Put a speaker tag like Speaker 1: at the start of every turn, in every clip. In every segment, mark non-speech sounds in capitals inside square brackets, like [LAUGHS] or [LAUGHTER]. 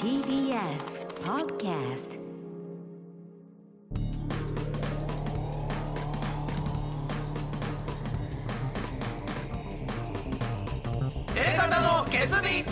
Speaker 1: TBS Podcast
Speaker 2: エ方の決意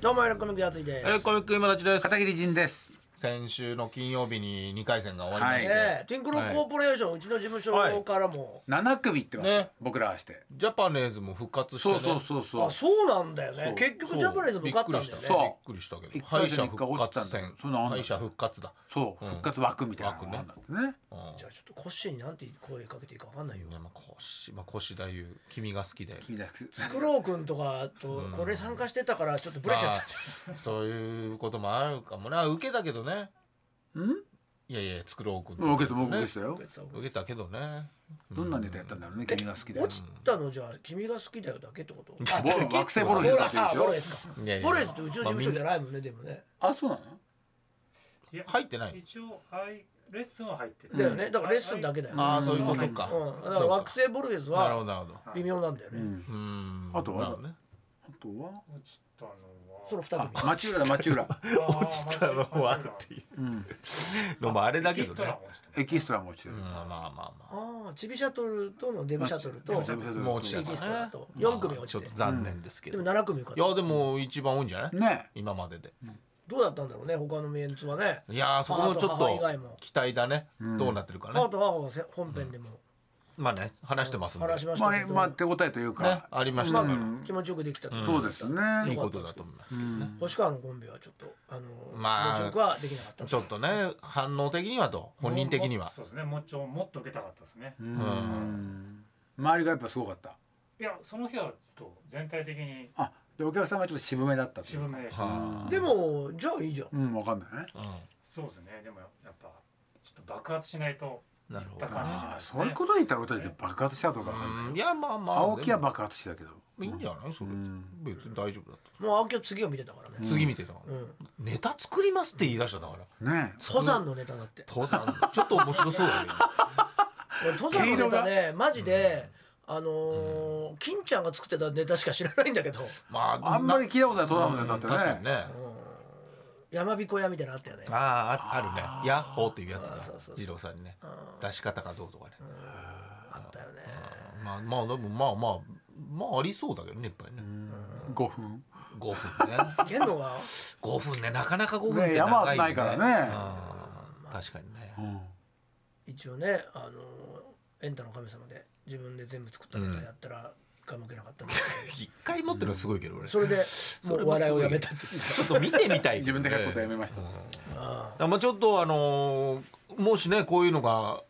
Speaker 3: どうもエレコミックやついで
Speaker 2: えコミック今立ちです
Speaker 4: 片桐仁です。
Speaker 5: 先週の金曜日に2回戦が終わりまして、
Speaker 3: ええティンクロコーポレーション、うちの事務所からも、
Speaker 4: 七組ってます、
Speaker 5: ね
Speaker 4: 僕らはして。
Speaker 5: ジャパネーズも復活して、
Speaker 4: そ
Speaker 5: ね、
Speaker 4: うそうそうそう。
Speaker 3: あそうなんだよね
Speaker 4: う
Speaker 3: 結局
Speaker 5: そう
Speaker 3: ジャパネーズも勝ったんだよね
Speaker 4: そう
Speaker 5: びっくりしたびっく
Speaker 4: そ
Speaker 5: りしたけど
Speaker 4: う
Speaker 5: 敗
Speaker 4: 一回
Speaker 5: 者復
Speaker 4: 戦一回落ちた
Speaker 5: 活
Speaker 4: んだよ
Speaker 5: 戦
Speaker 4: そんなのあんの
Speaker 5: 敗者復活だ、
Speaker 4: そう、
Speaker 5: うん
Speaker 4: 復活枠みたいなの
Speaker 5: 枠
Speaker 4: があ
Speaker 5: ね
Speaker 4: るんだってね。
Speaker 5: うん
Speaker 3: じゃあちょっとコッシーになんて声かけていいかわかんないよ
Speaker 5: いやまあ、腰まあ腰だゆ君が好きで
Speaker 4: 君だけ
Speaker 3: スクロー君とかとこれ参加してたからち [LAUGHS] ょっとブレちゃった、
Speaker 5: まあそういうこともあるかもねあ受けたけどね
Speaker 4: うん？
Speaker 5: いやいや作ろうくん
Speaker 4: 僕受けた僕で
Speaker 5: ね
Speaker 4: したよ。
Speaker 5: 受けたけどね
Speaker 4: どんなネタやったんだろうね。君が好きで。
Speaker 3: 落ちたのじゃあ君が好きだよだけってことあ
Speaker 4: ボ惑星ボロヒルだって言う
Speaker 3: あ
Speaker 4: でし
Speaker 3: ボレ
Speaker 4: ょ。
Speaker 3: スか
Speaker 5: いやいや
Speaker 3: ボレスってうちの事務所じゃないもんねでもね
Speaker 4: あ、そうなの？
Speaker 6: いや
Speaker 5: 入ってない
Speaker 6: 一応はいレッスンは入ってる
Speaker 3: だよねだからレッスンだけだよね
Speaker 5: ああそういうことか、
Speaker 3: うん、だから惑星ボルフェス
Speaker 5: なるほど
Speaker 3: は
Speaker 5: なるほど
Speaker 3: 微妙なんだよ
Speaker 4: う
Speaker 3: ね、
Speaker 4: ん。
Speaker 5: うん
Speaker 4: あとは
Speaker 5: なるほどね
Speaker 4: あとは？
Speaker 6: 落ちたのは
Speaker 3: その二
Speaker 4: あ
Speaker 3: 組、
Speaker 4: 町浦だ町浦。
Speaker 6: 落ちたのはってい
Speaker 4: うん。
Speaker 5: でもあれだ
Speaker 6: エ
Speaker 5: け
Speaker 6: キ
Speaker 5: ど
Speaker 6: ストラ
Speaker 5: ね
Speaker 6: も落ちた
Speaker 4: エキストラも落ちて
Speaker 5: う
Speaker 4: る
Speaker 5: ん。まあまあまあ
Speaker 3: ああチビシャトルとのデブシャトルと
Speaker 4: シャブシャトル
Speaker 5: もう落ち
Speaker 3: エ
Speaker 5: たか
Speaker 3: キスト
Speaker 5: ら
Speaker 3: ラ
Speaker 5: ね
Speaker 3: と4組落
Speaker 5: ちょ
Speaker 3: ち
Speaker 5: ってと残念ですけ
Speaker 3: で
Speaker 5: ど、
Speaker 3: も
Speaker 5: い
Speaker 3: 7組か
Speaker 5: やでも一番多いんじゃない、
Speaker 4: ね。
Speaker 5: 今までで
Speaker 3: どうだったんだろうね他のメンツはね
Speaker 5: いやーそこもちょ
Speaker 3: あ
Speaker 5: っ
Speaker 3: と母以外
Speaker 5: と
Speaker 3: も
Speaker 5: 期待だね、どうなってるか
Speaker 3: ハー
Speaker 5: ね
Speaker 3: トハーフはせ本編でも
Speaker 5: まあね話してますんで
Speaker 3: 話しまし
Speaker 4: ま
Speaker 3: た
Speaker 4: あ
Speaker 3: け
Speaker 4: え
Speaker 3: ど、
Speaker 4: まあ手応えという
Speaker 5: ね
Speaker 4: か、
Speaker 5: ありまし
Speaker 3: まあ
Speaker 5: たから、
Speaker 3: 気持ちよくできたと
Speaker 4: そうですね。
Speaker 5: いいことだと思いますけどね、
Speaker 3: 星川のコンビはちょっとあの、
Speaker 5: まあ
Speaker 3: 気持ちよくはできなかった
Speaker 5: ちょっとね反応的にはと本人的には
Speaker 6: そうですねもうちょもっと受けたかったですね
Speaker 4: うん。周りがやっぱすごかった。
Speaker 6: いやその日はちょっと全体的に
Speaker 4: あ、でお客さんがちょっと渋めだったという
Speaker 6: 渋
Speaker 4: か。
Speaker 6: めでした
Speaker 5: は
Speaker 3: でもじゃあいいじゃん
Speaker 4: うん、わかんないね。
Speaker 6: そうですねでもやっぱちょっと爆発しないと
Speaker 5: うん、なるほ
Speaker 6: い
Speaker 5: ど
Speaker 6: った感じじゃない
Speaker 4: あ
Speaker 6: ですか
Speaker 4: そういうこと言ったら俺たちで爆発したとかわかんない。
Speaker 5: うんいやまあまあ
Speaker 4: 青木は
Speaker 5: でも
Speaker 4: 爆発してたけど。
Speaker 5: いいんじゃないそれ、別に大丈夫だと、
Speaker 3: もう青木は次を見てたからね、
Speaker 5: 次見てたか
Speaker 3: う
Speaker 5: ら、
Speaker 3: ん
Speaker 5: ネタ作りますって言い出したんだから
Speaker 4: ねえ。
Speaker 3: 登山のネタだって
Speaker 5: 登山ちょっと面白そ
Speaker 4: [LAUGHS]
Speaker 5: うだよね
Speaker 3: 俺登山のネタねマジで、あのー金ちゃんが作ってたネタしか知らないんだけど
Speaker 5: まあ
Speaker 4: あんまり聞いたことない登山のネタって
Speaker 5: 確かに
Speaker 4: ね。
Speaker 5: ね
Speaker 3: 山彦屋みたいなのあったよね
Speaker 5: あああるねヤッホーっていうやつ
Speaker 3: あ
Speaker 5: が
Speaker 3: そうそうそう
Speaker 5: 二郎さんにね出し方がどうとかね
Speaker 3: あったよね
Speaker 5: まあまあでもまあまあまあありそうだけどねやっぱりね
Speaker 4: 5分。
Speaker 5: 5分
Speaker 4: [LAUGHS]
Speaker 5: ね
Speaker 3: ゲノが
Speaker 5: 5分ねなかなか5分っ
Speaker 4: ね
Speaker 5: て
Speaker 4: 山
Speaker 5: 長
Speaker 4: はいないからね
Speaker 5: うん確かにね
Speaker 3: 一応ねあのーエンタの神様で自分で全部作ったネタやったら一回も受けなかったんだけど、
Speaker 5: 一回持ってるのすごいけど俺
Speaker 3: それ
Speaker 5: [LAUGHS]
Speaker 3: でもう笑いをやめたって
Speaker 5: てちょっと見てみたい
Speaker 4: 自分で書くことや
Speaker 5: め
Speaker 4: めました。
Speaker 5: まあちょっとあのーもしねこういうのが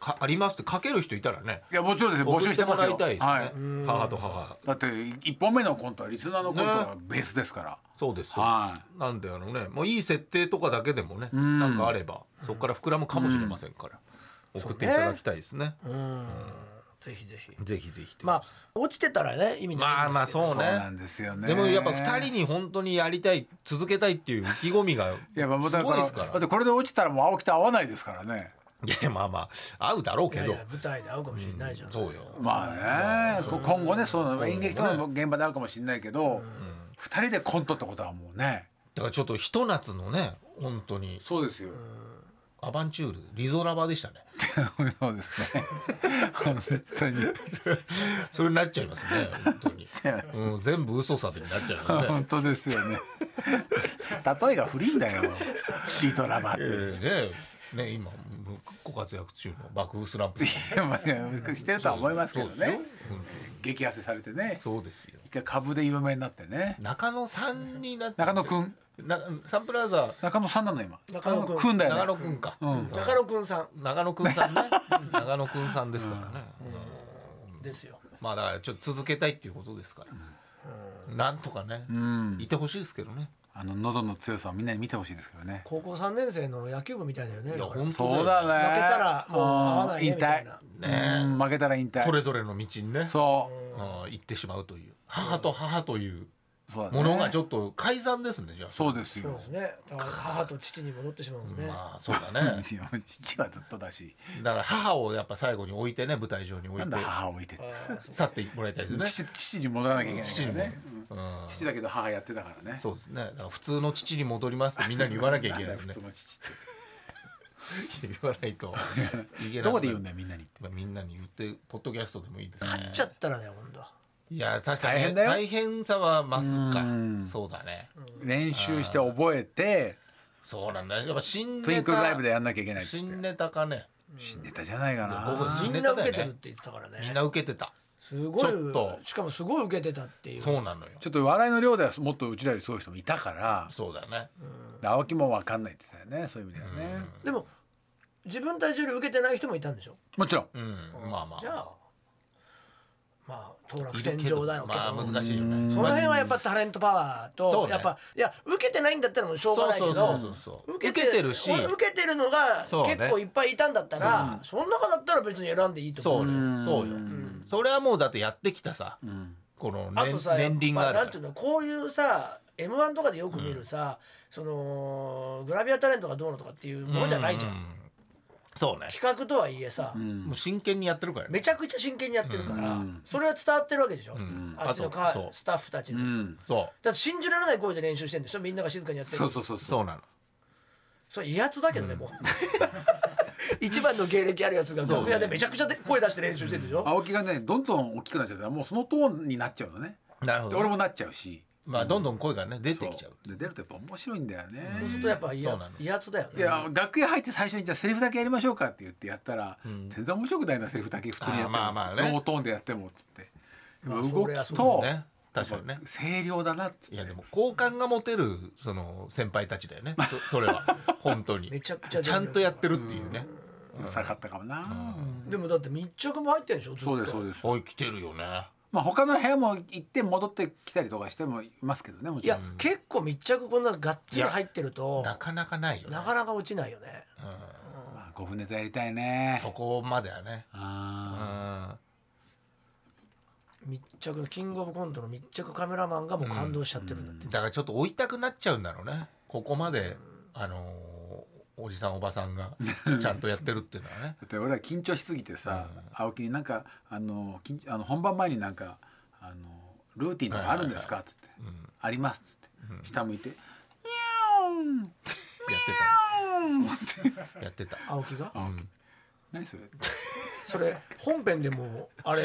Speaker 5: かありますって書ける人いたらね
Speaker 4: いや、もちろんですよ。募集してます
Speaker 5: 送
Speaker 4: よ。
Speaker 5: ってもらい
Speaker 4: は
Speaker 5: たい
Speaker 4: い
Speaker 5: です。ね母と母
Speaker 4: だって、一本目のコントはリスナーのコントがベースですから。
Speaker 5: そうですそう
Speaker 4: は
Speaker 5: ですなんであのねもういい設定とかだけでもねなんかあればそこから膨らむかもしれませんから送っていただきたいですね
Speaker 3: うんぜひぜひ
Speaker 5: ぜひぜひ
Speaker 3: まあ落ちてたらね意味ない
Speaker 5: まあ
Speaker 3: んで
Speaker 5: ますあ
Speaker 3: けど、
Speaker 5: そ
Speaker 4: そ
Speaker 5: う
Speaker 4: うな
Speaker 5: ね
Speaker 4: んですよね。
Speaker 5: でもやっぱ二人に本当にやりたい続けたいっていう意気込みが
Speaker 4: いや、まあ、
Speaker 5: す
Speaker 4: だか
Speaker 5: ごいで
Speaker 4: ら、
Speaker 5: すか
Speaker 4: だっ
Speaker 5: ら
Speaker 4: てこれで落ちたらもう青木と合わないですからね。
Speaker 5: いやまあまあ合うだろうけ
Speaker 3: いやい
Speaker 5: ど
Speaker 3: や舞台で会うかもしれないじゃん、
Speaker 5: そうよ
Speaker 4: まあね、こ今後ね、その演劇とかの現場で会うかもしれないけど、二人でコントってことはもうね。
Speaker 5: だからちょっとひと夏のね本当に
Speaker 4: そうですよ。
Speaker 5: アバンチュールリゾラバでしたね
Speaker 4: [LAUGHS] そうですね。 [LAUGHS] 本当に。
Speaker 5: それになっちゃいますね本当に
Speaker 4: 違いま
Speaker 5: うん全部嘘さでになっちゃいます
Speaker 4: [LAUGHS]
Speaker 5: ね
Speaker 4: 本当ですよね例えが古いんだよリトラバって、
Speaker 5: えーねね今ご活躍中の爆風スランプさん
Speaker 4: いやまあしてるとは思いますけど
Speaker 5: そうです
Speaker 4: ね
Speaker 5: よ
Speaker 4: 激痩せされてね
Speaker 5: そうですよ
Speaker 4: 一回株で有名になってね
Speaker 5: 中野さんになって
Speaker 4: 中野くん
Speaker 5: なサンプラザ
Speaker 4: 中野さんなの今
Speaker 3: 中野くん
Speaker 4: くんだ
Speaker 5: 長
Speaker 4: よ
Speaker 5: 野
Speaker 4: ね
Speaker 5: くんか、
Speaker 3: 中野くんさ
Speaker 5: 長野くんさんね長野くんさんですからね、
Speaker 3: んですよ
Speaker 5: まあだからちょっと続けたいっていうことですから、なんとかね、
Speaker 4: うん
Speaker 5: いてほしいですけどね
Speaker 4: あの喉の強さをみんなに見てほしいですけどね
Speaker 3: 高校3年生の野球部みたいだよね
Speaker 5: いや
Speaker 3: だから
Speaker 5: 本
Speaker 4: そ
Speaker 5: 当
Speaker 4: うだ
Speaker 5: よ
Speaker 4: ね
Speaker 3: 負けたらもう合わない
Speaker 4: うん
Speaker 3: ねみ
Speaker 4: 引
Speaker 3: たい
Speaker 4: 退
Speaker 3: な
Speaker 5: ね
Speaker 4: うん負けたら引退
Speaker 5: それぞれの道にね
Speaker 4: そ
Speaker 5: うん行ってしまうという母と母という
Speaker 4: そうだね
Speaker 5: ものがちょっと改ざんですねじゃあ
Speaker 4: そうです
Speaker 3: そう
Speaker 4: よ
Speaker 3: ですね母と父に戻ってしまうんですね、
Speaker 5: まあそうだ
Speaker 4: [LAUGHS] [LAUGHS]
Speaker 5: ね
Speaker 4: 父はずっとだし
Speaker 5: だから母をやっぱ最後に置いてね舞台上に置い
Speaker 4: な
Speaker 5: て
Speaker 4: んだ母を置いてって
Speaker 3: あーそう
Speaker 5: 去ってもらいたいですね
Speaker 4: 父父に戻らなきゃいけないか
Speaker 5: 父
Speaker 4: ら
Speaker 5: にね
Speaker 4: ね、
Speaker 5: うん
Speaker 4: 父だけど母やってたからね
Speaker 5: そうですねだから普通の父に戻りますってみんなに言わなきゃいけない
Speaker 4: んだ
Speaker 5: で
Speaker 4: よ [LAUGHS] 普
Speaker 5: すね
Speaker 4: 通の父っ
Speaker 5: 言わない
Speaker 4: [LAUGHS]
Speaker 5: といけ
Speaker 4: て
Speaker 5: ない
Speaker 4: どこで言うんだよみんなに
Speaker 5: まあみんなに言ってポッドキャストでもいいですね
Speaker 3: 買っちゃったらね今度
Speaker 5: いや確かに
Speaker 4: 大変だよ
Speaker 5: 大変さは増すか
Speaker 4: うん
Speaker 5: そうだね
Speaker 4: 練習して覚えて
Speaker 5: そうなんだやっぱ新ネタ
Speaker 4: トゥインクルライブでやんなきゃいけないっつって
Speaker 5: 新ネタかね
Speaker 4: 新ネタじゃないか
Speaker 5: いや僕
Speaker 4: な
Speaker 5: 新
Speaker 3: み
Speaker 5: ネ
Speaker 3: んな
Speaker 5: タ
Speaker 3: 受
Speaker 5: だよね
Speaker 3: けてるって言ってたからね
Speaker 5: みんな受けてた
Speaker 3: すごい
Speaker 5: ちょっと
Speaker 3: しかもすごい受けてたっていう
Speaker 5: そうなのよ
Speaker 4: ちょっと笑いの量ではもっとうちらよりすごい人もいたから
Speaker 5: そうだね
Speaker 4: で青木も分かんないって言ってたよねそういう意味ではね
Speaker 3: でも自分たちより受けてない人もいたんでしょ
Speaker 4: もちろん
Speaker 5: うんまあまあ
Speaker 3: じゃあまあ当落
Speaker 5: いる
Speaker 3: 線
Speaker 5: けど
Speaker 3: 上だよけど、
Speaker 5: まあ難しいよね
Speaker 3: その辺はやっぱタレントパワー
Speaker 5: そ
Speaker 3: と、
Speaker 5: うね
Speaker 3: やっぱいや受けてないんだったらもうしょうがないけど
Speaker 5: そうそうそうそう受けてるし
Speaker 3: 俺受けてるのが
Speaker 5: そうね
Speaker 3: 結構いっぱいいたんだったらそ,、ん、な中だったら別に選んでいいと
Speaker 5: そ
Speaker 3: 思う
Speaker 5: うよそうよそれはもうだってやってきたさこの
Speaker 3: あと
Speaker 5: 年
Speaker 3: さ
Speaker 5: 年輪
Speaker 3: や
Speaker 5: が
Speaker 3: っぱ
Speaker 5: あ
Speaker 3: なんてい
Speaker 5: る
Speaker 3: うのこういうさ m 1とかでよく見るさ、そのグラビアタレントがどうのとかっていうものじゃないじゃん、
Speaker 5: うそうね
Speaker 3: 企画とはいえさ、
Speaker 5: もう真剣にやってるからね
Speaker 3: めちゃくちゃ真剣にやってるから、それは伝わってるわけでしょ、
Speaker 5: ん
Speaker 3: あっちのか
Speaker 5: あとそう
Speaker 3: スタッフたちの、
Speaker 4: うん
Speaker 5: そ
Speaker 3: だって信じられない声で練習してんでしょみんなが静かにやってる
Speaker 4: そうそうそう
Speaker 5: う
Speaker 4: そう
Speaker 5: そうなの
Speaker 3: それ威圧だけどね、もう一番の芸歴あるやつが楽屋でめちゃくちゃで声出して練習してるでしょ、
Speaker 4: 青木がねどんどん大きくなっちゃったらもうそのトーンになっちゃうのね
Speaker 5: なるほ
Speaker 4: で
Speaker 5: ど
Speaker 4: 俺もなっちゃうし
Speaker 5: まあどんどん声がね出てきちゃう
Speaker 4: そうで出るとやっぱ面白いんだよね
Speaker 3: そうするとやっぱ威
Speaker 5: そう
Speaker 3: 圧
Speaker 5: なの
Speaker 3: 威圧だよ
Speaker 4: い
Speaker 3: ね
Speaker 4: や楽屋入って最初にじゃあセリフだけやりましょうかって言ってやったら、全然面白くないなセリフだけ普通にやっても
Speaker 5: あーまあまあね
Speaker 4: ノートーンでやってもっつって、
Speaker 3: まあ
Speaker 4: 動
Speaker 3: そりゃ
Speaker 4: き
Speaker 3: そう
Speaker 4: と、
Speaker 5: ね確かにね
Speaker 4: 声量だなっつって
Speaker 5: いやでも好感が持てるその先輩たちだよねそそれ
Speaker 3: [LAUGHS]
Speaker 5: は本当に
Speaker 3: めちゃくちゃ
Speaker 5: ちゃんとやってるっていうね
Speaker 4: うるさかったかもな、
Speaker 3: でもだって密着も入ってるでしょずっと
Speaker 4: そうですそうです、
Speaker 5: おい来てるよね
Speaker 4: まあ他の部屋も行って戻ってきたりとかしてもいますけどねも
Speaker 3: い
Speaker 4: ちろ
Speaker 3: や
Speaker 4: ん
Speaker 3: 結構密着こんながっつり入ってると
Speaker 5: なかなかないよね
Speaker 3: なかなか落ちないよね
Speaker 4: まあ、5分ネタやりたいね
Speaker 5: そこまではねう
Speaker 4: あ
Speaker 5: ん
Speaker 3: 密着のキングオブコントの密着カメラマンがもう感動しちゃってるんだって、
Speaker 5: だからちょっと追いたくなっちゃうんだろうねここまであのーおじさんおばさんがちゃんとやってるっていうのはね
Speaker 4: ーだって俺ら緊張しすぎてさ、青木になんかあの緊あの本番前になんかあのルーティンとかあるんですかっつって、ありますっつって、下向いて「ニャーン!」
Speaker 5: や
Speaker 4: って
Speaker 5: ってたやってた
Speaker 3: 青木が
Speaker 4: 何それ
Speaker 3: それ本編でもあれ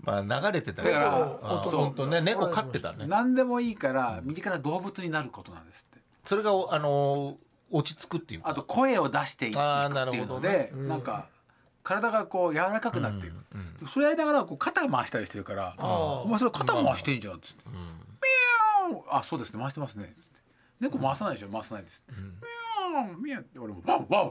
Speaker 5: まあ流れてた
Speaker 4: だから
Speaker 5: あ
Speaker 3: 音
Speaker 5: そう本当ね猫飼ってたね
Speaker 4: 何でもいいから身近な動物になることなんですって
Speaker 5: それがおあのー落ち着くっていうか
Speaker 4: あと声を出していく
Speaker 5: あ
Speaker 4: っ
Speaker 5: ーな
Speaker 4: てい
Speaker 5: る
Speaker 4: う
Speaker 5: ほ
Speaker 4: の
Speaker 5: ど
Speaker 4: で
Speaker 5: ね
Speaker 4: なんか体がこう柔らかくなっていく、それやりながらこう肩回したりしてるから「
Speaker 3: あー
Speaker 4: お前それ肩回してんじゃん」っつって「ミャーンあそうですね回してますね」猫回さないでしょ回さないです」ミャーンミャーン」って俺も「ワンワンワンワン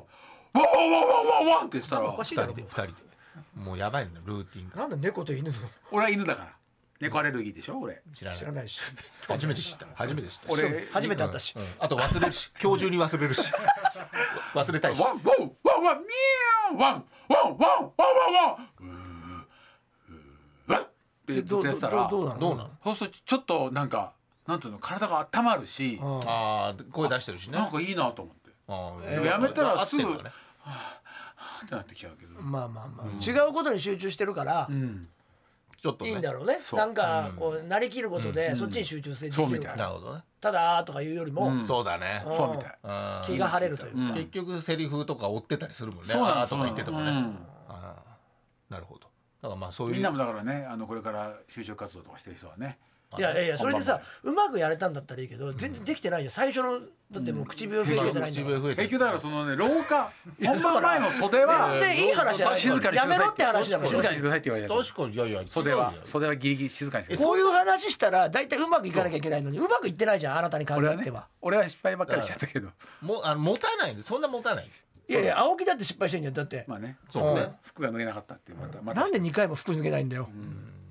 Speaker 4: ワンワンワン」って言ってた
Speaker 3: お
Speaker 4: ら
Speaker 3: かしい
Speaker 5: 二
Speaker 3: だろ
Speaker 5: 人で
Speaker 3: もう
Speaker 5: 二人でもうやばいのルーティンが
Speaker 3: なんで猫と犬の
Speaker 4: 俺は犬だから猫アレルギーでしょ俺
Speaker 5: 知らない
Speaker 3: 知らないし
Speaker 5: 初めて知った初めて知った
Speaker 4: 俺
Speaker 5: うん
Speaker 3: 初めて会ったし、
Speaker 5: うんあと忘れるし今日中に忘れるし忘れたいし
Speaker 4: ワンワンワンワンミャーワンワンワンワンワンワンうーうーうーって
Speaker 3: え
Speaker 4: 言
Speaker 3: どうど
Speaker 4: っ
Speaker 3: う
Speaker 4: てた
Speaker 3: ど
Speaker 4: ら
Speaker 3: うどうなの
Speaker 5: どうなの
Speaker 4: そうするとちょっとなんかなんていうの体が温まるし
Speaker 3: うん
Speaker 5: ああ声出してるしね
Speaker 4: なんかいいなと思って
Speaker 5: あー
Speaker 4: でもやめたらすぐ
Speaker 5: 合ってんだね
Speaker 4: ハーってなってきちゃうけど
Speaker 3: まあまあまあ、違うことに集中してるから、
Speaker 4: うん
Speaker 5: ちょっと
Speaker 3: い
Speaker 5: ね
Speaker 3: いんだろうね
Speaker 4: そう
Speaker 3: なんかこうなりきることでそっちに集中してでき
Speaker 4: そうみ
Speaker 3: る
Speaker 4: た
Speaker 3: か
Speaker 4: い
Speaker 5: な
Speaker 3: ら
Speaker 5: るほどね
Speaker 3: ただとかいうよりも、
Speaker 5: そうだね
Speaker 3: ん
Speaker 4: そうみたい
Speaker 5: うん
Speaker 3: 気が晴れるというか、
Speaker 5: 結局セリフとか追ってたりするもんね
Speaker 4: そうなの
Speaker 5: あーとか言っててもね
Speaker 4: そうなの
Speaker 5: あーなるほどだからまあそう
Speaker 4: みん
Speaker 5: い
Speaker 4: な
Speaker 5: う
Speaker 4: もだからねあのこれから就職活動とかしてる人はね
Speaker 3: いやいやいやそれでさうまくやれたんだったらいいけど全然できてないよ最初のだってもう唇増えてないんだ
Speaker 5: 口
Speaker 3: から
Speaker 5: 笛増え
Speaker 4: 結
Speaker 5: てる
Speaker 4: 局だからそのね廊下本番前の袖は
Speaker 3: 全然いい話じゃない
Speaker 4: 静かにして
Speaker 3: や
Speaker 4: くだ
Speaker 3: め
Speaker 4: さい
Speaker 3: ろって話だから
Speaker 4: 静かにしてくださいって言われた
Speaker 5: 確かにいやいや
Speaker 4: 袖は
Speaker 5: 違うよ
Speaker 4: 袖はギリギリ静かにしてください
Speaker 3: こういう話したら大体うまくいかなきゃいけないのにうまくいってないじゃんあなたに限
Speaker 4: 俺は
Speaker 3: っ
Speaker 4: ね
Speaker 3: ては。
Speaker 4: 俺は失敗ばっかりしちゃったけど
Speaker 5: もあの持たないんでそんな持たない
Speaker 3: いやいや青木だって失敗してんじゃんだって、
Speaker 4: まあね
Speaker 5: そうね
Speaker 4: 服が脱げなかったっていうまたまた
Speaker 3: なんで2回も服抜けないんだよ、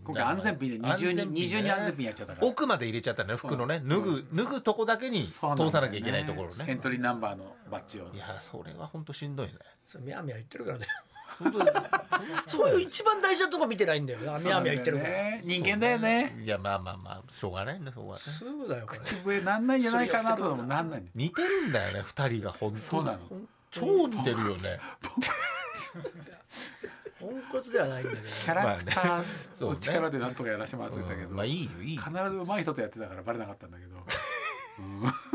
Speaker 4: 今回安全ピンで二重に二重に安全ピンやっちゃったから
Speaker 5: 奥まで入れちゃったね服のね脱ぐ脱ぐとこだけに通さなきゃいけないところ
Speaker 4: エン
Speaker 5: ね
Speaker 4: トリーナンバーのバッジを
Speaker 5: いやそれは本当しんどいね
Speaker 3: それミャーミャー言ってるからだよそういう一番大事なとこ見てないんだよなあみあみは言ってるから
Speaker 4: ね人間だよね
Speaker 5: いやまあまあまあしょうがないねしょうがない
Speaker 3: すぐだよこれ
Speaker 4: 口笛なんないんじゃないかなと思うなんない
Speaker 5: 似てるんだよね二人が本当に
Speaker 4: そうなの
Speaker 5: 超似てるよね
Speaker 3: ポンコツではないんだけど
Speaker 4: キャラクター
Speaker 5: そう
Speaker 4: の
Speaker 5: ね
Speaker 4: 力でなんとかやらせてもらってたけど、
Speaker 5: うんまあいいよいいよ
Speaker 4: 必ず上手い人とやってたからバレなかったんだけど
Speaker 5: い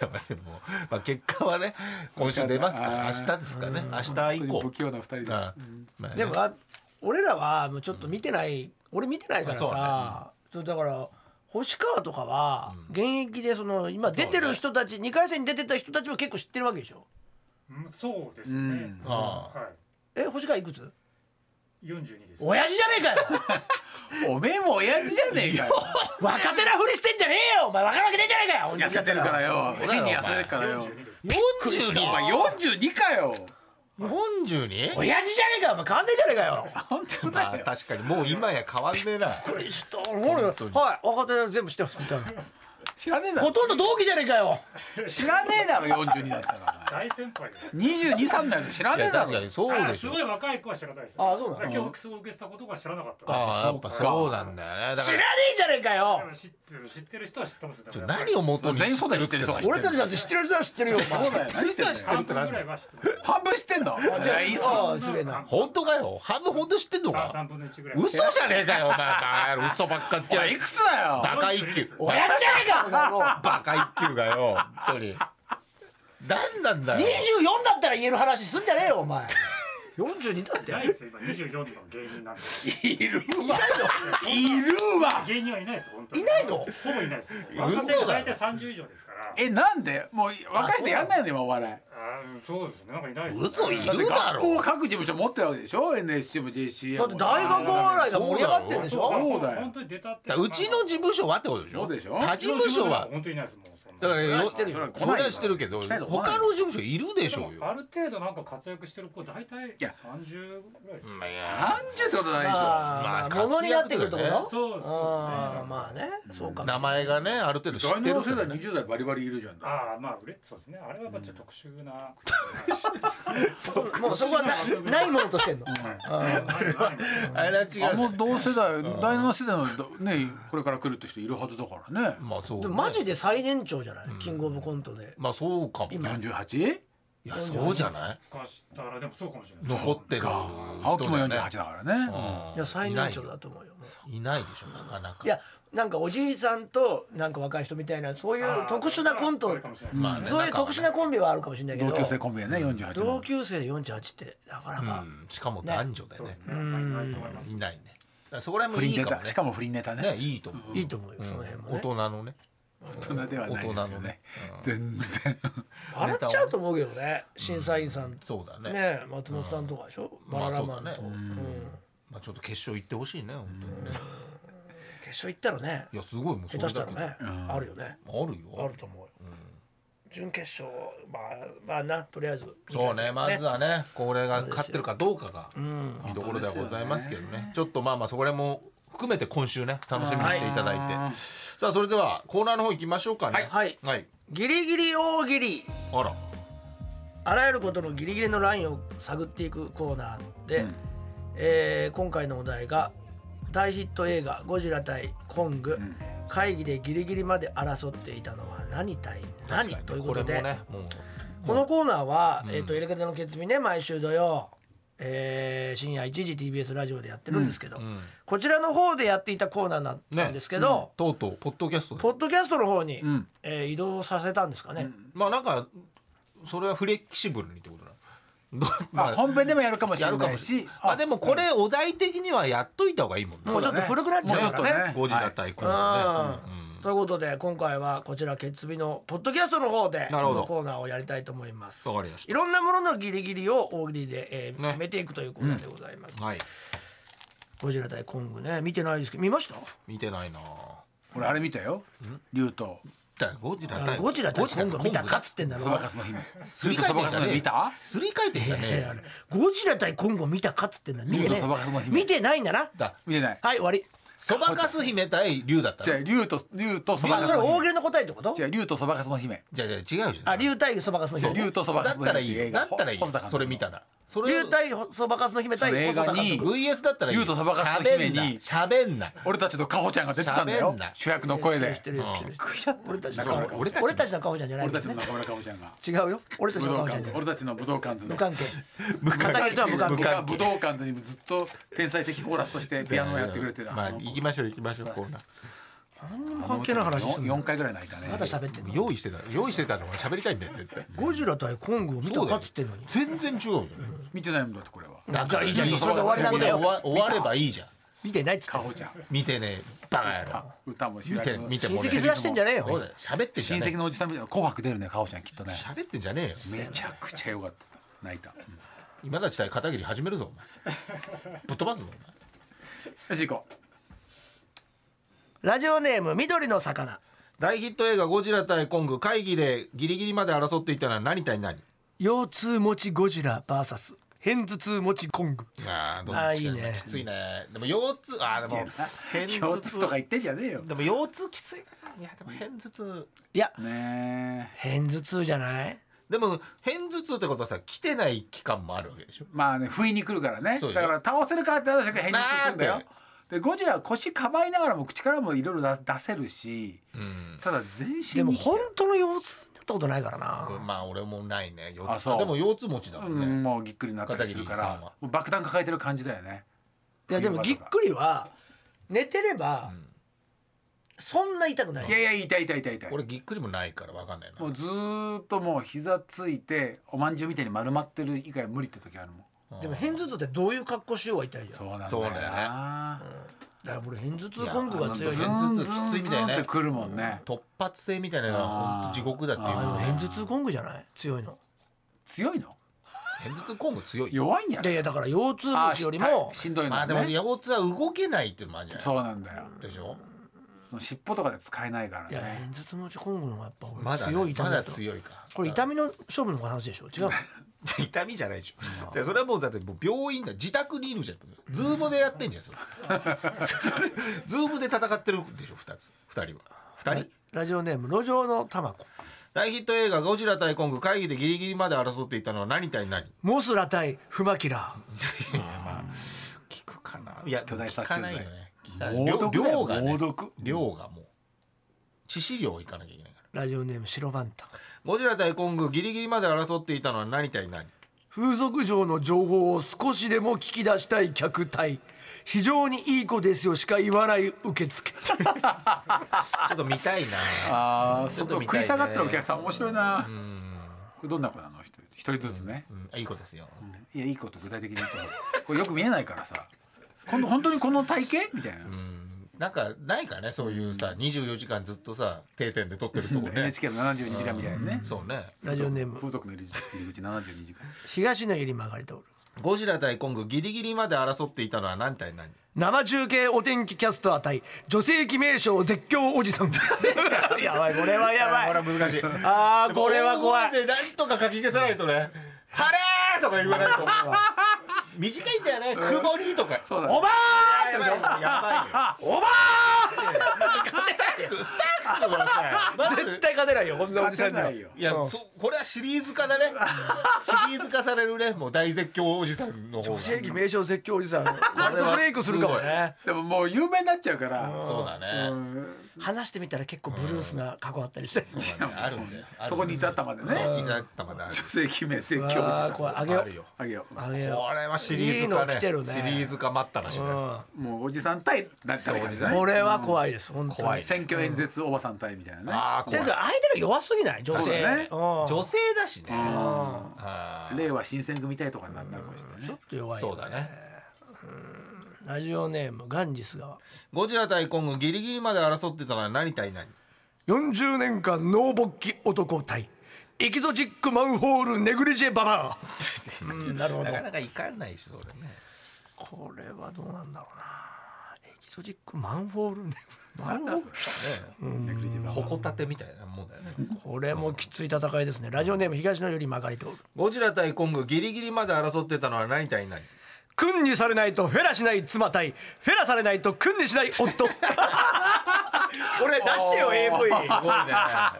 Speaker 5: やまあでも、まあ、結果はね今週出ますから
Speaker 4: あ
Speaker 5: 明
Speaker 4: ー
Speaker 5: 日ですかね明日
Speaker 4: 本
Speaker 5: 以
Speaker 4: 当に
Speaker 5: 降
Speaker 4: 不器用な二人です、
Speaker 5: あ
Speaker 4: うん
Speaker 5: まあね
Speaker 3: でもあ俺らはもうちょっと見てない、俺見てないからさそう、だから星川とかは現役でその今出てる人たち、二2回戦に出てた人たちも結構知ってるわけでしょ
Speaker 6: うんそうです
Speaker 4: う
Speaker 6: ね
Speaker 4: ん。
Speaker 5: あ
Speaker 6: は
Speaker 3: え星川いくつ
Speaker 6: い。四十二です。
Speaker 3: 親父じゃねえかよ
Speaker 4: おめえも親父じゃねえかよ
Speaker 3: 若手なふりしてんじゃねえよお前分かるわけねえじゃねえかよ
Speaker 4: 痩せてるからよ
Speaker 5: だ
Speaker 4: 変
Speaker 5: よ
Speaker 4: に痩せてるからよ
Speaker 6: 四十二です。
Speaker 4: お前
Speaker 5: 42?
Speaker 4: 42かよ
Speaker 5: 42?
Speaker 3: 親父じゃねえかよお前変わんねえじゃねえかよ
Speaker 4: 本当
Speaker 5: ま
Speaker 4: だ
Speaker 5: あ
Speaker 4: よ
Speaker 5: 確かにもう今や変わんねえな
Speaker 3: これちょっと思うよ
Speaker 5: 当に
Speaker 3: はい若手全部知ってますみたいな
Speaker 4: 知らねえだ
Speaker 3: ほ
Speaker 4: ろ
Speaker 3: とんど同期じゃねえかよ
Speaker 4: 知らねえだろ42だったら
Speaker 6: 大先輩です。
Speaker 4: 223だよ知ら
Speaker 5: い
Speaker 4: ねえ
Speaker 5: や
Speaker 4: だ
Speaker 5: 確か
Speaker 4: ろ
Speaker 5: にそう
Speaker 6: あ
Speaker 5: ですしょ
Speaker 6: ごい若い子は知らないです。
Speaker 3: あそうなの
Speaker 6: だから教育を受けてたことが知らなかった。
Speaker 5: ああやっぱそうなんだよねだ
Speaker 3: 知
Speaker 5: から
Speaker 3: ね
Speaker 5: ら
Speaker 3: えじゃねえかよ
Speaker 6: でも知ってる知ってる人は知ってます。
Speaker 5: ちょ
Speaker 6: だから
Speaker 5: 何を元に
Speaker 4: 全員そうだよ知ってる人が知って
Speaker 3: 俺たちだって知ってる人は知ってるよ [LAUGHS] お前
Speaker 4: そうだよ何言ってんだよ
Speaker 6: 半分ぐらいは知ってます。
Speaker 4: 半分知ってんだ
Speaker 3: あじゃあいいっすああすげえな
Speaker 6: 半分
Speaker 5: 本当かよ半分本当知ってんの
Speaker 6: さあ
Speaker 5: か
Speaker 6: 三分の一ぐらい。
Speaker 5: 嘘じゃねえかよなんか嘘ばっかつけ
Speaker 4: お
Speaker 5: や
Speaker 4: 前
Speaker 5: がって
Speaker 4: いくつだよ
Speaker 5: バカ一級
Speaker 3: 親父じゃねえかこの野郎
Speaker 5: バカ一級がよ本当に何なんだよ
Speaker 3: 24だったら言える話すんじゃねえよお前42だ [LAUGHS] って
Speaker 6: ないですよ今二十四の芸人なんです。
Speaker 4: いるわいるわ
Speaker 6: 芸人はいないです本当に。
Speaker 3: いないの
Speaker 6: ほぼいないです。
Speaker 5: 嘘だろ
Speaker 6: 大体三十以上ですから。
Speaker 4: えなんでもう若い人やんないの今お笑い
Speaker 6: あーそうですねなんかいないですね。
Speaker 5: 嘘い
Speaker 4: だって
Speaker 5: るだ
Speaker 4: 学
Speaker 5: ろ
Speaker 4: 校各事務所持ってるわけでしょ NSC も JC
Speaker 3: だって大学お笑いが盛り上がってるんでし
Speaker 6: そう
Speaker 3: ょ
Speaker 4: そうだよ
Speaker 6: 本当に出たって。
Speaker 5: だからうちの事務所はってことでしょ
Speaker 4: そうでしょ
Speaker 5: 他事務所は
Speaker 6: 本当にいないですもんそん
Speaker 5: だ
Speaker 6: な
Speaker 5: からよ
Speaker 3: 知ってるよ
Speaker 5: それは知ってるけど
Speaker 4: 来ないの
Speaker 5: 他の事務所いるでしょう
Speaker 6: あ
Speaker 5: よ
Speaker 6: る程度なんか活躍してる子大体
Speaker 4: や
Speaker 6: 三十ぐらいです
Speaker 5: まあいや
Speaker 4: 30ってことないでしょ
Speaker 3: あ
Speaker 5: まあ
Speaker 3: ーまあ物になってくるとこ
Speaker 5: 活躍だよ
Speaker 3: ろ
Speaker 5: ね
Speaker 6: そうそうそう
Speaker 3: あーまあねそうかも
Speaker 5: 名前がねある程度知っ
Speaker 4: 第
Speaker 5: てる
Speaker 4: 7
Speaker 5: って
Speaker 4: 世
Speaker 5: ね
Speaker 4: 代20代バリバリいるじゃんだ
Speaker 6: ああまあ売れそうですねあれはやっぱちょっと特殊な、
Speaker 3: もうそこはなないものとしてんの
Speaker 6: あれはない
Speaker 5: あれは違
Speaker 4: あ
Speaker 5: う
Speaker 4: の
Speaker 5: ね
Speaker 4: 同世代第7世代のねこれから来るって人いるはずだからね
Speaker 5: まあそう
Speaker 3: で
Speaker 5: ね
Speaker 3: もマジで最年長じゃないキングオブコントで
Speaker 5: まあそうかもね
Speaker 3: 今
Speaker 4: 48?
Speaker 5: いやそうじゃない
Speaker 6: もしかしたらでもそうかもしれない
Speaker 5: 残ってる人だ
Speaker 4: か
Speaker 5: よね
Speaker 4: 青木も48だからね
Speaker 5: うん
Speaker 3: いや最年長
Speaker 5: いないよ
Speaker 3: だと思うよもう
Speaker 5: いないでしょなかなか
Speaker 3: いやなんかおじいさんとなんか若い人みたいなそういう
Speaker 6: あー
Speaker 3: 特殊なコン
Speaker 6: そ
Speaker 3: ト
Speaker 6: れかもしれない
Speaker 5: まあね
Speaker 3: そういう特殊なコンビはあるかもしれないけ
Speaker 4: 同
Speaker 3: ど
Speaker 4: 級生コンビやね48
Speaker 3: 同
Speaker 4: も
Speaker 3: 級生で48ってなかな
Speaker 5: う
Speaker 3: か
Speaker 5: んしかも男女で
Speaker 6: そうで
Speaker 5: ね
Speaker 6: すねないないと思います
Speaker 5: いないねだからそこら
Speaker 4: 不
Speaker 5: 辺
Speaker 4: 倫
Speaker 5: もいい
Speaker 4: ネ
Speaker 5: か
Speaker 4: タしかも不倫ネタ
Speaker 5: もね
Speaker 4: ね
Speaker 5: ねいいと思う
Speaker 3: いいと思うよその辺も
Speaker 5: 大
Speaker 3: ね
Speaker 5: 人のね
Speaker 4: 大人ではないです
Speaker 5: 大
Speaker 4: よ
Speaker 5: 人のね
Speaker 4: ね全然 [LAUGHS]
Speaker 3: 笑っちゃうと思うけどね審査員さん
Speaker 5: そうだね
Speaker 3: ねえ松本さんとかでしょ、
Speaker 5: ん
Speaker 3: バナナマン
Speaker 5: まあ
Speaker 3: と、
Speaker 5: そうだね
Speaker 3: うん
Speaker 5: まあちょっと決勝行ってほしいね本当にね
Speaker 3: 決勝行ったらね
Speaker 5: いやすごいもうそ
Speaker 3: 下手
Speaker 5: れだ
Speaker 3: し
Speaker 5: け
Speaker 3: たらね、あるよね
Speaker 5: あるよ
Speaker 3: あると思うよ、準決勝まあまあなとりあえず
Speaker 5: そうねまず
Speaker 3: は
Speaker 5: はねこれが勝ってるかどうかが見どころではございますけどねちょっとまあまあそこら辺も含めて今週ね楽しみにしていただいて、さあそれではコーナーの方行きましょうかね
Speaker 3: はい
Speaker 5: はい、
Speaker 3: ギリギリ大ギリ
Speaker 5: あら
Speaker 3: あらゆることのギリギリのラインを探っていくコーナーで、えー今回のお題が大ヒット映画「ゴジラ対コング」会議でギリギリまで争っていたのは何対何、
Speaker 5: 確かにね
Speaker 3: ということで
Speaker 5: れもねもう
Speaker 3: このコーナーは、えっ、と、エレカタの決意ね、毎週土曜。えー深夜1時 TBS ラジオでやってるんですけど、こちらの方でやっていたコーナーな
Speaker 5: ね
Speaker 3: んですけど、
Speaker 5: とうとうポッドキャストで
Speaker 3: ポッドキャストの方に、
Speaker 4: ん
Speaker 3: えー移動させたんですかね、
Speaker 5: まあなんかそれはフレキシブルにってことなのどま
Speaker 4: あ
Speaker 5: あ
Speaker 4: 本編でもやるかもし
Speaker 5: や
Speaker 4: れ
Speaker 5: るか
Speaker 4: な
Speaker 5: も
Speaker 4: い
Speaker 5: しれ
Speaker 4: し
Speaker 5: ないまあでもこれお題的にはやっといた方がいいもんね
Speaker 3: もうちょっと古くなっちゃう
Speaker 4: もうちょっ
Speaker 3: からね
Speaker 4: とね
Speaker 5: ゴジラ対コングね、
Speaker 3: うんということで今回はこちら「決日のポッドキャストの方でこ
Speaker 5: なるほど
Speaker 3: のコーナーをやりたいと思います
Speaker 5: わかりました
Speaker 3: いろんなもののギリギリを大喜利で、えー
Speaker 5: ね
Speaker 3: 決めていくというコーナーでございます、
Speaker 5: うんはい
Speaker 3: ゴジラ対コングね見てないですけど見ました
Speaker 5: 見てないな
Speaker 4: 俺あれ見たよ竜と
Speaker 5: だゴジラ
Speaker 3: あの
Speaker 5: 対
Speaker 3: ゴジラ対コング見たかっつってんだろ
Speaker 4: そばかすの姫竜とそばかすの姫見た
Speaker 5: すり替えてんじゃねえよ
Speaker 3: ゴジラ対コングを見たかっつってんだ見
Speaker 4: 竜
Speaker 3: てね
Speaker 4: とそばかすの姫
Speaker 3: 見てないんだな
Speaker 5: だ
Speaker 4: 見てない
Speaker 3: はい終わり
Speaker 5: そばかす姫対竜だった
Speaker 4: じゃあ
Speaker 5: ら
Speaker 4: 竜と竜とそば
Speaker 3: あ
Speaker 4: か
Speaker 3: そ
Speaker 4: す
Speaker 3: れ
Speaker 4: の
Speaker 3: 大
Speaker 4: 姫
Speaker 3: 喜利の答えってこと
Speaker 4: じゃあ竜とそばかすの姫
Speaker 5: じゃあじゃあ違うじゃん
Speaker 3: あ竜対そばかすの
Speaker 4: じゃ
Speaker 3: 人
Speaker 4: あ竜とそば
Speaker 5: だ
Speaker 4: かす
Speaker 5: っ
Speaker 4: の
Speaker 5: たら
Speaker 4: 姫てう映
Speaker 5: いい
Speaker 4: 画
Speaker 5: だったらいい
Speaker 4: 細田監督
Speaker 5: それ見たらそれ
Speaker 3: 流体そばかすの姫対
Speaker 4: その映
Speaker 3: 細
Speaker 4: 画
Speaker 3: 田監
Speaker 4: に
Speaker 3: 督
Speaker 5: VS だったらいい
Speaker 4: 竜とそばかすの姫に
Speaker 5: 喋んな
Speaker 4: 俺たちとカホちゃんが出てたんだよ
Speaker 5: 喋んな
Speaker 4: 主役の声で
Speaker 3: 知ってる知ってる知ってる知ってる俺たちの
Speaker 4: 中村か
Speaker 3: 俺たち俺たちの顔じゃんじゃない
Speaker 4: 俺たちの中村カホちゃんが
Speaker 3: 違うよ俺たち
Speaker 4: 武
Speaker 3: の
Speaker 4: 道
Speaker 3: 顔
Speaker 4: 館
Speaker 3: じゃんじ
Speaker 4: 図
Speaker 3: ゃない
Speaker 4: 俺たちの武道館図の
Speaker 3: 無関係
Speaker 5: 無関
Speaker 3: 係とは無関係
Speaker 4: 武道武道館図にずっと天才的コーラスとしてピアノをやってくれてる
Speaker 5: まあ
Speaker 4: の
Speaker 5: 行きましょう行きましょうコーナー
Speaker 3: 関係ない話すんの
Speaker 4: 4回ぐらい泣いたね
Speaker 3: まだ喋ってんの
Speaker 5: 用意してた用意してたの俺喋りたいんだよ絶対
Speaker 3: ゴジラ対コングを見た
Speaker 5: そうだ
Speaker 3: か
Speaker 5: よ
Speaker 3: っつってんのに
Speaker 5: 全然違うよ
Speaker 4: 見てないもんだってこれは
Speaker 5: だ
Speaker 3: じゃあいいじゃん
Speaker 5: いい
Speaker 3: それで終わりなんだよ
Speaker 5: ここで終わ終わればいいじゃん
Speaker 3: 見てないっつって
Speaker 4: カ
Speaker 3: んの
Speaker 4: ホちゃん
Speaker 5: 見てねえバカ野郎
Speaker 4: あ歌も主
Speaker 5: 見て
Speaker 4: 役の
Speaker 5: 見て
Speaker 3: 親
Speaker 5: もらえ
Speaker 3: 戚ずらしてんじゃねえ
Speaker 5: そう
Speaker 3: よ
Speaker 5: だよ喋ってんじゃ
Speaker 4: 親
Speaker 5: ねえ
Speaker 4: 戚のおじさんみたいな紅白出るねカホちゃんきっとね
Speaker 5: 喋ってんじゃねえよ
Speaker 4: めちゃくちゃ良かった泣いた、うん
Speaker 5: 今だちたい片桐始める
Speaker 3: [LAUGHS]
Speaker 5: ぞお前ぶっ飛ばすぞお前
Speaker 4: よし行こ
Speaker 3: ラジオネーム緑の魚
Speaker 5: 大ヒット映画「ゴジラ対コング」会議でギリギリまで争っていたのは何対何
Speaker 3: 腰痛持ちゴジラ VS 片頭痛持ちコング
Speaker 5: ああどっち
Speaker 3: あ
Speaker 5: か
Speaker 3: ーいいね
Speaker 5: きついねでも腰痛あーでも
Speaker 4: う
Speaker 5: 偏
Speaker 4: 共
Speaker 5: 頭
Speaker 4: 通
Speaker 5: 痛
Speaker 4: とか言ってんじゃねえよ
Speaker 5: でも腰痛きついかないやでも偏頭痛
Speaker 3: いや
Speaker 4: ねえ
Speaker 3: 片頭痛じゃない
Speaker 5: でも偏頭痛ってことはさ来てない期間もあるわけでしょ
Speaker 4: まあね不意に来るからね
Speaker 5: そう
Speaker 4: だ
Speaker 5: よ
Speaker 4: から倒せるかって話だけど変に来るんだ
Speaker 5: な
Speaker 4: よ
Speaker 5: ーって
Speaker 4: でゴジラは腰かばいながらも口からもいろいろ出出せるし
Speaker 5: うん
Speaker 4: ただ全身に
Speaker 3: でも
Speaker 4: 来ちゃう
Speaker 3: 本当の腰痛になったことないからな
Speaker 5: まあ俺もないね腰
Speaker 4: あ
Speaker 5: 痛
Speaker 4: そう
Speaker 5: でも腰痛持ちだもん
Speaker 4: う
Speaker 5: ね、
Speaker 4: ん、もうぎっくりになったりするか
Speaker 5: 片桐
Speaker 4: ら
Speaker 5: さんは
Speaker 4: もう爆弾抱えてる感じだよね
Speaker 3: いやでもぎっくりは寝てればそんな痛くない
Speaker 4: いやいや痛い痛い痛い痛い
Speaker 5: 俺ぎっくりもないからわかんないな
Speaker 4: もうずーっともう膝ついておまんじゅうみたいに丸まってる以外無理って時あるもん
Speaker 3: でも片頭痛ってどういう格好しようは痛いじゃん
Speaker 4: そうなんだよな
Speaker 5: そうだよね
Speaker 3: だから俺片頭痛コングが強い
Speaker 5: い
Speaker 3: ね
Speaker 4: ズンズ
Speaker 5: や
Speaker 4: ン
Speaker 5: 片
Speaker 4: ズ
Speaker 5: 頭痛きつ
Speaker 4: ン
Speaker 5: い
Speaker 4: ズ
Speaker 5: みたい
Speaker 4: ン
Speaker 5: ね
Speaker 4: ってくるもんね
Speaker 5: 突発性みたいなのは
Speaker 4: あー
Speaker 5: 本当地獄だっていう
Speaker 3: あの
Speaker 5: 片
Speaker 3: 片頭痛コングじゃない強いの
Speaker 4: 強いの
Speaker 5: 頭痛今後強いよ
Speaker 4: 弱いんや
Speaker 3: いやいやだから腰痛
Speaker 4: あ
Speaker 3: 持
Speaker 4: ー
Speaker 3: ちよりも
Speaker 4: しんどいの、ね、
Speaker 5: まあでも腰痛は動けないっていうのもあるんじゃない
Speaker 4: そうなんだよ
Speaker 5: でしょ
Speaker 4: その尻尾とかで使えないから
Speaker 3: いや片
Speaker 4: ね
Speaker 3: 頭痛持ちコングの方がやっぱ
Speaker 5: ま
Speaker 3: 俺
Speaker 5: だね、
Speaker 3: 強い痛み
Speaker 5: ま
Speaker 3: だ
Speaker 5: だ
Speaker 3: と
Speaker 5: 強いか
Speaker 3: これ痛みの勝負の話でしょ違うの
Speaker 5: [LAUGHS] 痛みじゃないでしょ、でそれはもうだってもう病院だ自宅にいるじゃんズームでやってんじゃんそ
Speaker 4: [LAUGHS]
Speaker 5: れズームで戦ってるでしょ2つ2人は2人
Speaker 3: ラジオネーム路上の卵
Speaker 5: 大ヒット映画「ゴジラ対コング」会議でギリギリまで争っていたのは何対何
Speaker 3: モスラ対フマキラ
Speaker 5: 聞くかないや
Speaker 4: 巨大殺虫
Speaker 5: 聞か
Speaker 4: 剤
Speaker 5: ないよね
Speaker 4: 猛毒だよ
Speaker 5: 量がね
Speaker 4: 猛毒
Speaker 5: 量がもう致死量いかなきゃいけないから
Speaker 3: ラジオネーム白バンタ
Speaker 5: ゴジラ対コングギリギリまで争っていたのは何対何
Speaker 3: 風俗嬢の情報を少しでも聞き出したい客対非常にいい子ですよしか言わない受 [LAUGHS] 付
Speaker 5: ちょっと見たいな
Speaker 4: ああ
Speaker 5: ちょっ
Speaker 4: 外
Speaker 5: と見た
Speaker 4: 食
Speaker 5: い
Speaker 4: い
Speaker 5: ね
Speaker 4: 下がってるお客さん面白いなこれどんな子なの一人一人ずつね、
Speaker 5: うんあいい子ですよ
Speaker 4: いやいいこと具体的に言ってもこれよく見えないからさ今度本当にこの体型みたいな、
Speaker 5: なんかないかねそういうさ24時間ずっとさ定点で撮ってるとこね
Speaker 4: NHK の72時間みたいなね、
Speaker 5: そう [LAUGHS] ね
Speaker 3: ラジオネーム
Speaker 4: 風俗の入り口72時間
Speaker 3: 東の入り曲がり通る
Speaker 5: ゴジラ対コングギリギリまで争っていたのは何対何
Speaker 3: 生中継お天気キャスター対女性記名称絶叫おじさん [LAUGHS] やばいこれはやばい
Speaker 5: は難しい
Speaker 3: あーこれは怖い
Speaker 5: でなんとかかき消さないとね「晴れ!」とか言わないと [LAUGHS] 短いんだよね曇りとか
Speaker 4: そうだ、
Speaker 3: おば
Speaker 5: やばいよ
Speaker 3: ーおば
Speaker 5: スタッフはさま
Speaker 3: ー
Speaker 5: ず
Speaker 3: 絶対勝てないよこんなおじさんにはい
Speaker 4: よ
Speaker 5: いや、そこれはシリーズ化だねシリーズ化されるねもう大絶叫おじさんの方が
Speaker 3: 女性記名称絶叫おじさんワルトブレイクするかもね
Speaker 4: でももう有名になっちゃうから
Speaker 5: そうだね、
Speaker 3: 話してみたら結構ブルースな過去あったり [LAUGHS] して
Speaker 5: そうだねあるんだよあるんだよ
Speaker 4: そこに至ったまでね
Speaker 5: そう至ったまである
Speaker 4: 女性決め絶叫おじ
Speaker 3: あ
Speaker 4: さ
Speaker 3: ーこれあ
Speaker 5: あ
Speaker 3: げよ
Speaker 5: る
Speaker 3: う
Speaker 5: よ
Speaker 4: んあげよう
Speaker 3: あげよう
Speaker 5: これはシリーズ
Speaker 3: いい
Speaker 5: 化
Speaker 3: の
Speaker 5: ね
Speaker 3: 来てるね
Speaker 5: シリーズ化待ったなしね、
Speaker 4: もうおじさん対なったらおじさん
Speaker 3: これは怖いです本当に
Speaker 5: 怖い
Speaker 4: 選挙演説おばさん対みたいなね
Speaker 5: ああ
Speaker 3: て
Speaker 5: 怖
Speaker 3: か
Speaker 5: い
Speaker 3: 相手が弱すぎない女
Speaker 4: そう
Speaker 3: 性
Speaker 4: だね
Speaker 3: うん
Speaker 5: 女性だしねあ
Speaker 4: 令和新選組対とかになるかもしれない
Speaker 3: ちょ
Speaker 4: ね
Speaker 3: っと弱
Speaker 5: ー
Speaker 3: い
Speaker 5: そ
Speaker 3: よ
Speaker 5: うだね
Speaker 3: ラジオネームガンジス川
Speaker 5: ゴジラ対コングギリギリまで争ってたのは何対何
Speaker 3: 40年間ノー勃起男対エキゾチックマンホールネグリジェババアうんなるほど
Speaker 5: なかなかいかないしそれね
Speaker 3: これはどうなんだろうなエキゾチックマンホールネグマンホ [LAUGHS] ール
Speaker 4: ネクリジェバ
Speaker 5: ほこたてみたいなもんだよね
Speaker 3: これもきつい戦いですねラジオネーム東のより曲がり通る
Speaker 5: ゴジラ対コングギリギリまで争ってたのは何対何
Speaker 3: 君にされないとフェラしない妻対フェラされないと君にしない夫 [LAUGHS] 俺出してよ AV
Speaker 5: すごい
Speaker 3: これ
Speaker 5: ね。
Speaker 3: は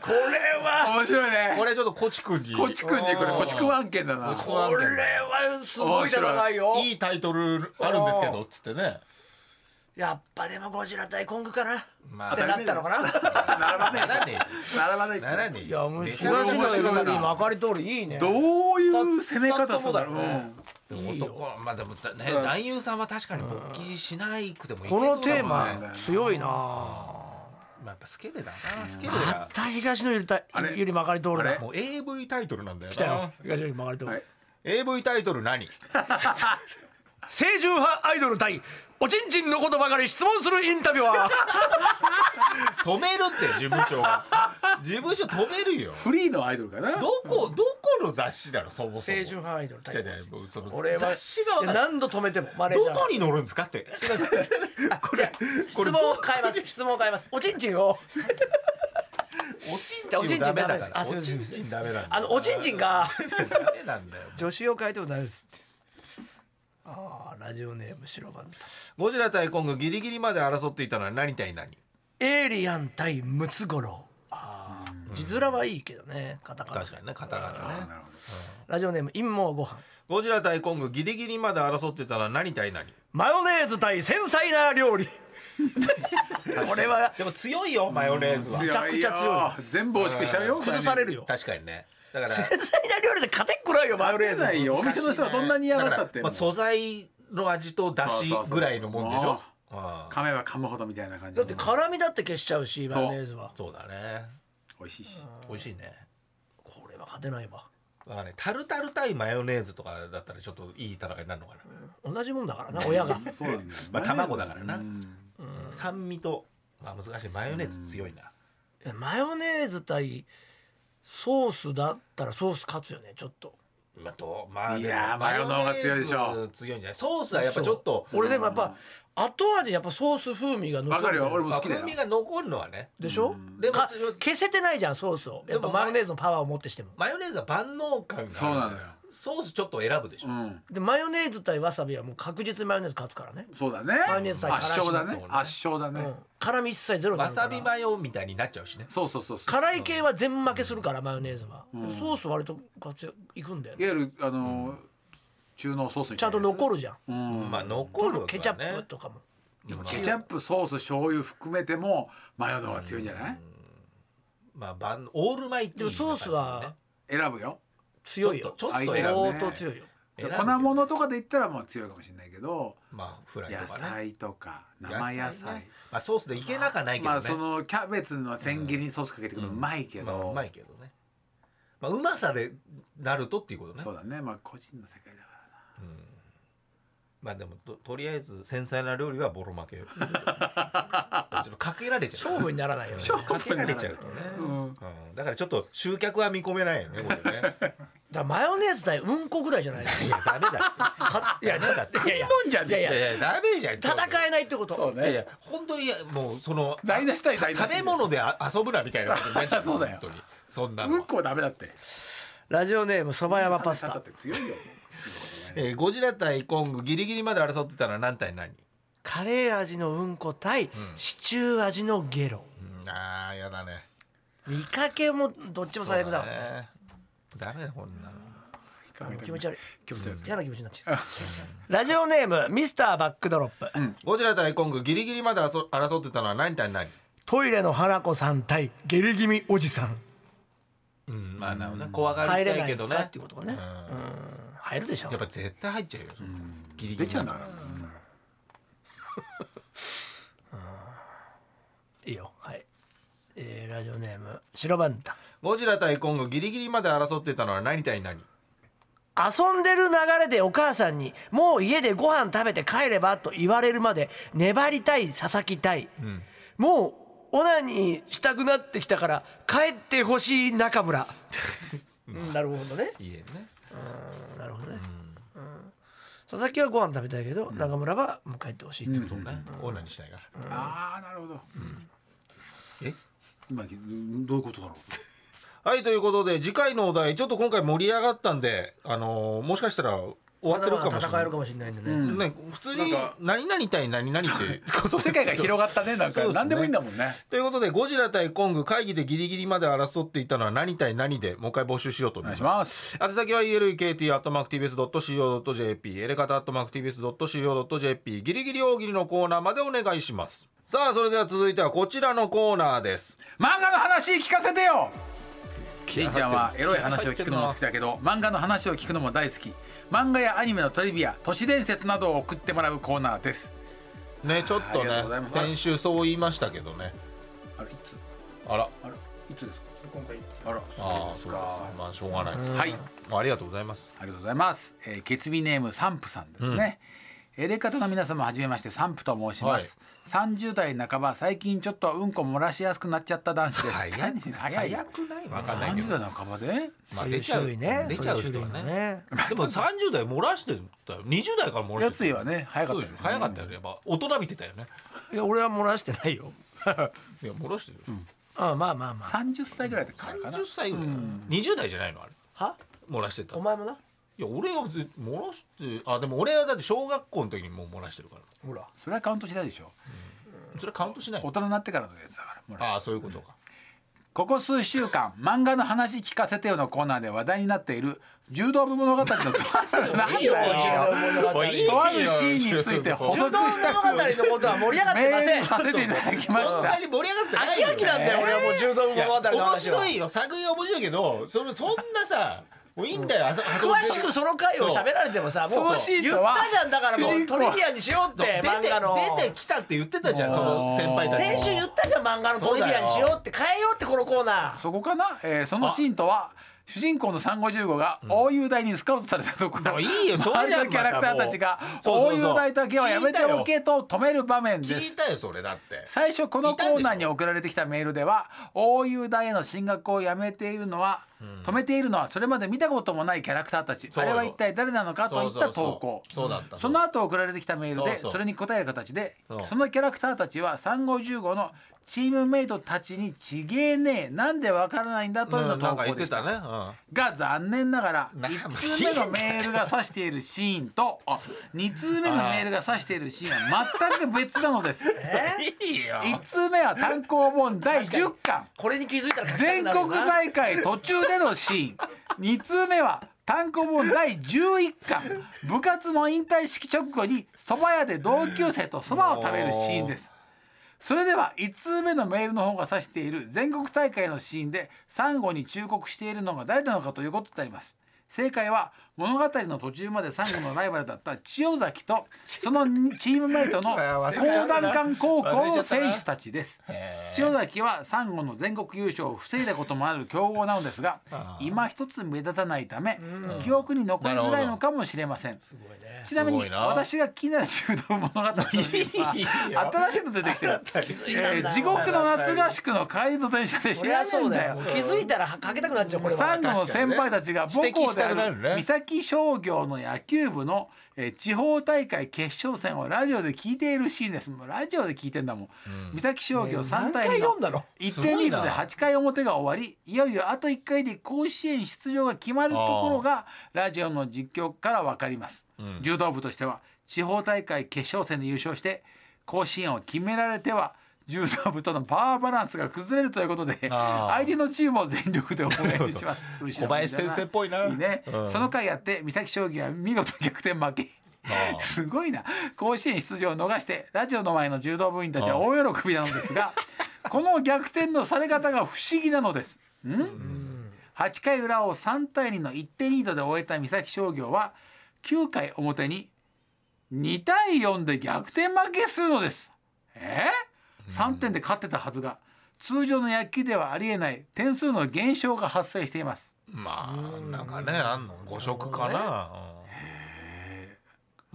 Speaker 4: 面白いね
Speaker 5: [LAUGHS] これちょっとコチ君に。
Speaker 4: こっちくんでこれ
Speaker 5: うん
Speaker 4: こっちくん案件だな
Speaker 5: こ
Speaker 3: これはすごい戦いよ
Speaker 5: いいタイトルあるんですけどっつってね。
Speaker 3: やっぱでもゴジラ対コングかなっ
Speaker 5: まあ
Speaker 3: てなったのかな
Speaker 4: 並ばね
Speaker 5: ならね
Speaker 4: え並ばない
Speaker 5: えならねえ
Speaker 3: い
Speaker 5: [LAUGHS]
Speaker 3: やむ
Speaker 5: め
Speaker 3: し
Speaker 5: ちゃ
Speaker 3: ろ
Speaker 5: めち
Speaker 3: 東
Speaker 5: ゃ
Speaker 3: の
Speaker 5: 面白い
Speaker 3: よりまかり通りいいね
Speaker 4: どういう攻め方するんだろう、
Speaker 5: 二つ
Speaker 4: う
Speaker 5: ともだ
Speaker 4: ん
Speaker 5: でも男はまあでもね
Speaker 4: うん
Speaker 5: 男優さんは確かに勃起しないくてもいいけ
Speaker 3: こ
Speaker 5: ど
Speaker 3: のテー
Speaker 5: ねま
Speaker 3: マ強いな
Speaker 5: あやっぱスケベだなスケベだ
Speaker 3: た東のよりた
Speaker 4: あれ
Speaker 3: よりまかり通りだ
Speaker 4: れ
Speaker 5: もう AV タイトルなんだよ
Speaker 3: 来たよ
Speaker 5: な
Speaker 3: 東よりまかり通り
Speaker 4: はい
Speaker 5: AV タイトル何
Speaker 3: 清純派アイドル対おちんちんのことばかり質問するインタビュアー
Speaker 5: 止めるって事務所が事務所止めるよ
Speaker 4: フリーのアイドルかな
Speaker 5: どこどこの雑誌だろそもそも
Speaker 3: 清純派アイドル
Speaker 5: 違
Speaker 3: 対
Speaker 5: う違うもうその
Speaker 3: 俺は
Speaker 5: 雑誌がわ
Speaker 3: いや
Speaker 5: かんない
Speaker 3: 何度止めてもマネージ
Speaker 5: ど
Speaker 3: ャーが
Speaker 5: こに載るんですかってこれこ
Speaker 3: 質
Speaker 5: れ
Speaker 3: 問を変えます質問を変えますおちんちんを
Speaker 5: [LAUGHS] おちんちんおちんダメだからおちんちんダメなんだよ
Speaker 3: あのおちんちんが
Speaker 5: ダメなんだよ
Speaker 3: 女子を変えてもダメですってああラジオネーム白番
Speaker 5: ゴジラ対コングギリギリまで争っていたのは何対何
Speaker 3: エイリアン対ムツゴロウああ字面はいいけどねカタカナ
Speaker 5: 確かにね方々ね
Speaker 3: ラジオネーム陰謀ご飯
Speaker 5: ゴジラ対コングギリギリまで争ってたのは何対何
Speaker 3: マヨネーズ対繊細な料理これは
Speaker 5: でも強いよマヨネーズは
Speaker 4: め
Speaker 3: ちゃくちゃ強
Speaker 4: い全部美味しくしちゃうよ
Speaker 3: 崩されるよ
Speaker 5: 確かにねだから
Speaker 3: 繊細な料理で勝てっこないよマヨネ
Speaker 4: 勝
Speaker 3: ー
Speaker 4: て
Speaker 3: ズ
Speaker 4: ないよお店の人はどんなに嫌がったって
Speaker 5: まあ、素材の味と出汁ぐらいのもんでしょうん
Speaker 4: 噛めば噛むほどみたいな感じ
Speaker 3: だって辛みだって消しちゃうしマヨネーズは
Speaker 5: そうだね
Speaker 4: 美味しいし
Speaker 5: 美味しいね
Speaker 3: これは勝てないわ
Speaker 5: だからねタルタル対マヨネーズとかだったらちょっといい戦いになるのかな、
Speaker 3: 同じもんだからな親が
Speaker 4: そうなんだよ
Speaker 5: まあ卵だからな
Speaker 4: うん
Speaker 5: 酸味と、まあ、難しいマヨネーズ強いな、
Speaker 3: えマヨネーズ対ソースだったらソース勝つよねちょっと
Speaker 5: まあどうまあ
Speaker 4: いやー
Speaker 5: でも
Speaker 4: マヨの方が強いでしょ
Speaker 5: マヨネーズ強いんじゃないソースはやっぱちょっと
Speaker 3: そう俺でもやっぱ後味やっぱソース風味が残
Speaker 4: わかるよ俺も
Speaker 5: まあ
Speaker 4: 好きだ
Speaker 5: 風
Speaker 4: よ
Speaker 5: 味が残るのはね
Speaker 3: でしょ
Speaker 5: でも
Speaker 3: か消せてないじゃんソースをやっぱ
Speaker 5: でも
Speaker 3: マヨネーズのパワーを持ってしても
Speaker 5: マヨネーズは万能感がある
Speaker 4: そうなのよ
Speaker 5: ソースちょっと選ぶでしょ、
Speaker 4: うん
Speaker 3: でマヨネーズ対わさびはもう確実にマヨネーズ勝つからね、
Speaker 4: そうだね
Speaker 3: マヨネーズ
Speaker 4: 圧
Speaker 3: 対辛子
Speaker 4: 勝だ
Speaker 3: そう
Speaker 4: ね
Speaker 5: ね
Speaker 4: 圧勝だ
Speaker 3: う
Speaker 4: ね
Speaker 3: ん、辛み一切ゼロにな
Speaker 5: わ
Speaker 3: るから
Speaker 5: さびマヨみたいになっちゃうしね
Speaker 4: そうそうそうそう
Speaker 3: 辛い系は全負けするからマヨネーズは、ソース割と活躍いくんだよ
Speaker 4: い
Speaker 3: ね
Speaker 4: わゆるあの中濃ソースみ
Speaker 3: ちゃ
Speaker 4: たい
Speaker 3: ん
Speaker 4: な
Speaker 3: と
Speaker 4: やつ
Speaker 3: 残るじゃん
Speaker 4: うん
Speaker 5: まあ残るわ
Speaker 3: ケ
Speaker 5: けだ
Speaker 3: チャ
Speaker 5: ね
Speaker 3: ップとかも
Speaker 5: でもな
Speaker 4: ケチャップソース醤油含めてもマヨの方が強いんじゃない
Speaker 5: まあ万オールマイティ
Speaker 3: でもソースは
Speaker 4: 選ぶよ
Speaker 3: 強いよ
Speaker 5: ちょっとちょっと
Speaker 4: 相手
Speaker 5: 選
Speaker 4: が
Speaker 5: ぶ
Speaker 3: 相
Speaker 4: ね
Speaker 3: 当強いよ
Speaker 5: 選ぶ
Speaker 4: 粉物とかで言ったらまあ強いかもしれないけど
Speaker 5: まあフライ
Speaker 4: 野
Speaker 5: とかね
Speaker 4: 菜とか生野菜
Speaker 5: ねまあソースでいけなかないけど
Speaker 4: ま
Speaker 5: ね
Speaker 4: あそのキャベツの千切りにソースかけてくるのうまいけ
Speaker 5: まあう
Speaker 4: ど
Speaker 5: まいけどねまあうまさでなるとっていうことね
Speaker 4: そうだねまあ個人の世界だから
Speaker 5: まあでもととりあえず繊細な料理はボロ負けよちょっとかけられちゃう
Speaker 3: 勝負にならないよねだか
Speaker 5: かけられちゃうとね、うんだからちょっと集客は見込めないよねこれね
Speaker 3: らマヨネーズ対うんこぐらいじゃない
Speaker 5: いやダメだ
Speaker 3: いやだっていやいや
Speaker 4: んじゃね
Speaker 3: いやいや
Speaker 5: いやいやダメじゃん
Speaker 3: 戦えないってこと
Speaker 4: そう
Speaker 5: いやい
Speaker 4: ね
Speaker 5: や本当にもうその
Speaker 4: 台無し対台無し
Speaker 5: 食べ物であ遊ぶなみたいなことになっちゃう
Speaker 4: そうだよ
Speaker 5: 本当にそんなの
Speaker 4: う
Speaker 5: は
Speaker 4: んこはダメだって
Speaker 3: ラジオネームそば山パス
Speaker 4: だ
Speaker 3: タ
Speaker 4: って強いよ
Speaker 5: えーゴジラ対コングギリギリまで争ってたのは何対何、
Speaker 3: カレー味のうんこ対シチュー味のゲロ
Speaker 5: うん、あーやだね
Speaker 3: 見かけもどっちも最悪だわ
Speaker 5: ねダメだこんなの
Speaker 3: 気持ち悪い
Speaker 4: 気持ち悪い
Speaker 3: 嫌な気持ちになっちゃうラジオネームミスターバックドロップ、
Speaker 5: ゴジラ対コングギリギリまで争争ってたのは何対何
Speaker 3: トイレの花子さん対ゲリ気味おじさん
Speaker 5: うんまあなるほどね怖が
Speaker 3: 入れ
Speaker 5: りた
Speaker 3: ないい
Speaker 5: けど
Speaker 3: か
Speaker 5: ね
Speaker 3: っていうことね、うん、入るでしょ
Speaker 5: やっぱ絶対入っちゃうよ、ギリギ
Speaker 4: 出
Speaker 5: リ
Speaker 4: ちゃうんだ
Speaker 5: ま
Speaker 4: から
Speaker 3: いいよはい、えーラジオネーム白バンタ
Speaker 5: ゴジラ対コングギリギリまで争ってたのは何対何
Speaker 3: 遊んでる流れでお母さんに「もう家でご飯食べて帰れば」と言われるまで粘りたい佐々木たい、もうオナニーしたくなってきたから帰ってほしい中
Speaker 5: [LAUGHS]
Speaker 3: 村、うん、なるほどね
Speaker 5: いいえね
Speaker 3: なるほどね、うん佐々木はご飯食べたいけど中村はもう帰ってほしいってこと、
Speaker 5: そうねオーナーにしないから
Speaker 4: ああなるほど
Speaker 5: え
Speaker 4: 今どういうことだろ
Speaker 5: はいということで次回のお題ちょっと今回盛り上がったんであのーもしかしたら終わってるかもしれない
Speaker 3: 戦えるかもしれないんでね、
Speaker 4: うん
Speaker 5: ね、普通
Speaker 4: なん
Speaker 5: に
Speaker 4: か
Speaker 5: 何々対何々ってことです
Speaker 4: 世
Speaker 5: けど
Speaker 4: 界が広がったねなん
Speaker 5: そう
Speaker 4: か
Speaker 5: ですね
Speaker 4: 何でもいいんだもんね
Speaker 5: ということでゴジラ対コング会議でギリギリまで争っていたのは何対何でもう一回募集しようと
Speaker 4: お
Speaker 5: 思
Speaker 4: 願
Speaker 5: い
Speaker 4: いし
Speaker 5: ます。
Speaker 4: ます
Speaker 5: 宛先は elekt.mactvs.co.jp エレカタ .mactvs.co.jp ギリギリ大喜利のコーナーまでお願いしますさあそれでは続いてはこちらのコーナーです
Speaker 4: 漫画の話聞かせてよりんちゃんはエロい話を聞くのも好きだけど漫画の話を聞くのも大好き漫画やアニメのトリビア都市伝説などを送ってもらうコーナーです
Speaker 5: ねちょっと
Speaker 4: あり
Speaker 5: ね
Speaker 4: がとうございます
Speaker 5: 先週そう言いましたけどね
Speaker 4: あれいつ
Speaker 5: あら
Speaker 4: あれいつですか
Speaker 6: 今回いつ
Speaker 4: あら
Speaker 5: ああ
Speaker 4: そうです
Speaker 5: そうです
Speaker 4: か
Speaker 5: まあしょうがないです
Speaker 4: はい
Speaker 5: まあありがとうございます
Speaker 4: ありがとうございます。えー、決意ネームサンプさんですね。エレカタの皆様はじめましてサンプと申します。三十代半ば最近ちょっとうんこ漏らしやすくなっちゃった男子です。
Speaker 5: 早い
Speaker 4: 何早い。
Speaker 5: 早くないわかんない
Speaker 4: 三
Speaker 5: け
Speaker 4: 十
Speaker 5: ど
Speaker 4: 代半ばで。
Speaker 5: まあ
Speaker 3: そうい
Speaker 5: 出
Speaker 3: う
Speaker 5: ちゃ
Speaker 3: 種
Speaker 5: う
Speaker 3: 類ね
Speaker 5: 出ちゃう
Speaker 3: そういう
Speaker 5: 人
Speaker 3: 種類
Speaker 5: は
Speaker 3: の
Speaker 5: ね [LAUGHS]
Speaker 3: ね
Speaker 5: でも30代漏らしてたよ20代から漏ら
Speaker 4: や
Speaker 5: して
Speaker 4: ついはね早か
Speaker 5: そ
Speaker 4: っ
Speaker 5: う
Speaker 4: た
Speaker 5: で
Speaker 4: ですす
Speaker 5: よ
Speaker 4: ね
Speaker 5: 早かったよねやっぱ大人びてたよね
Speaker 3: いや俺は漏らしてないよ
Speaker 5: いや漏らしてるでしょ
Speaker 3: あまあまあまあ
Speaker 4: 三十歳ぐらいでからかな
Speaker 5: 30。歳ぐらいだよ20代じゃないのあれ
Speaker 3: は
Speaker 5: 漏らしてた
Speaker 3: お前もない
Speaker 5: や俺は別に漏らしてあでも俺はだって小学校の時にもう漏らしてるから
Speaker 3: ほら
Speaker 4: それはカウントしないでしょ。
Speaker 5: それカウントしない
Speaker 4: 大人になってからのやつだから漏らし。
Speaker 5: ああそういうことか
Speaker 4: ここ数週間漫画の話聞かせてよのコーナーで話題になっている柔道部物語の
Speaker 5: [LAUGHS]
Speaker 4: 何
Speaker 3: 柔道
Speaker 4: だよ。
Speaker 3: 物語
Speaker 5: もういいよ
Speaker 4: とあるシーンについて補
Speaker 3: 柔
Speaker 4: 足
Speaker 3: 道
Speaker 4: した
Speaker 3: 物語
Speaker 4: く
Speaker 3: のことは盛り上がってま
Speaker 4: メー
Speaker 3: せ
Speaker 4: ル
Speaker 3: ん
Speaker 4: させていただきまし
Speaker 5: そん
Speaker 4: た
Speaker 5: なに盛り上がってない
Speaker 3: 秋
Speaker 5: よ
Speaker 3: 秋なんだよ俺はもう柔道
Speaker 5: いや
Speaker 3: 物語の
Speaker 5: 面
Speaker 3: 話は
Speaker 5: 白いよ作品は面白いけどそれそんなさもういいんだよあそ
Speaker 3: 詳しくその回を喋られてもさ
Speaker 4: そ
Speaker 3: も
Speaker 4: の
Speaker 3: う
Speaker 4: シー
Speaker 3: 言っ
Speaker 4: トは
Speaker 3: たじゃんだからも
Speaker 4: 主人
Speaker 3: う
Speaker 4: 公
Speaker 3: トリビアにしようっ
Speaker 5: そう
Speaker 3: て
Speaker 5: 出
Speaker 3: 漫
Speaker 5: て
Speaker 3: 画の
Speaker 5: 出てきたって言ってたじゃんその先輩たちも
Speaker 3: 先週言ったじゃん漫画のトリビアにしようって変えようってこのコーナー
Speaker 4: そこかな、えーそのシーンとは主人公のサンゴ15が大雄大にスカウトされたところ、
Speaker 5: もういいよそれ
Speaker 4: 周
Speaker 5: じ
Speaker 4: り
Speaker 5: ゃん
Speaker 4: のキャラクターたちが
Speaker 5: またもう
Speaker 4: 大雄大だけはやめておけと止める場面で
Speaker 5: 聞い
Speaker 4: す
Speaker 5: たよそれだって
Speaker 4: 最初このコーナーに送られてきたメールでは大雄大への進学をやめているのは、止めているのはそれまで見たこともないキャラクターたち
Speaker 5: そう
Speaker 4: あ
Speaker 5: よ
Speaker 4: れは一体誰なのかといった投稿
Speaker 5: そうそうそうそうだった
Speaker 4: その後送られてきたメールで
Speaker 5: そうそう
Speaker 4: それに答える形で
Speaker 5: そう
Speaker 4: そのキャラクターたちは3515のチームメイトたちに「ちげえねえなんでわからないんだ」という
Speaker 5: う
Speaker 4: の
Speaker 5: んなん
Speaker 4: 投
Speaker 5: か言
Speaker 4: 稿
Speaker 5: っ
Speaker 4: で
Speaker 5: て
Speaker 4: した
Speaker 5: たね、
Speaker 4: が残念ながら
Speaker 5: な
Speaker 4: 1通目のメールが指しているシーンとあ2通目のメールが指しているシーンは全く別なのです。
Speaker 5: うん、いいよ
Speaker 4: 1通目は単行本第10巻
Speaker 3: これに気づいたら書きたく
Speaker 4: 全
Speaker 3: なるよ
Speaker 4: 国
Speaker 3: な
Speaker 4: 大会途中でのシーン2通目は単行本第11巻部活の引退式直後に蕎麦屋で同級生と蕎麦を食べるシーンですそれでは1通目のメールの方が指している全国大会のシーンでサンゴに忠告しているのが誰なのかということになります正解は物語の途中までサンゴのライバルだった千代崎とそのチームメイトの高段館高校の選手たちです千代崎はサンゴの全国優勝を防いだこともある強豪なのですが今一つ目立たないため記憶に残りづらいのかもしれませんちなみ
Speaker 5: すご
Speaker 4: に
Speaker 5: いな
Speaker 4: 私が気になる柔道物語と
Speaker 3: [LAUGHS]
Speaker 4: いうのは新しいの出てきてるえー地獄の夏合宿の帰りの電車で知
Speaker 3: そり
Speaker 4: ら
Speaker 3: ゃ
Speaker 4: ねえ
Speaker 3: そ
Speaker 4: ん
Speaker 3: う
Speaker 4: だ
Speaker 3: だよ
Speaker 4: よ
Speaker 3: 気づいたら書きたくなっちゃうこれ
Speaker 4: サ
Speaker 3: は
Speaker 4: ンゴの先輩たちが母校である三崎商業の野球部のえー地方大会決勝戦をラジオで聞いているシーンですもうラジオで聞いてんだもん、三崎商業3
Speaker 3: 何
Speaker 4: 対
Speaker 3: 回
Speaker 4: 2の
Speaker 3: 読んだの
Speaker 4: 1点リードで8回表が終わりいよいよあと1回で甲子園出場が決まるところがラジオの実況から分かります、柔道部としては地方大会決勝戦で優勝して甲子園を決められては柔道部とのパワーバランスが崩れるということで
Speaker 5: あー
Speaker 4: 相手のチームを全力で応援します
Speaker 5: [LAUGHS] 小林先生っぽいない
Speaker 4: いね、その回やって三崎将棋は見事逆転負け
Speaker 5: あ
Speaker 4: [LAUGHS]
Speaker 5: あ
Speaker 4: すごいな甲子園出場を逃してラジオの前の柔道部員たちは大喜びなのです [LAUGHS] がこの逆転のされ方が不思議なのですん8回裏を3対2の1点リードで終えた三崎商業は9回表に2対4で逆転負けするのですえー、3点で勝ってたはずが通常の野球ではありえない点数の減少が発生しています
Speaker 5: まあなんかねあんの誤色かな、うん、間違え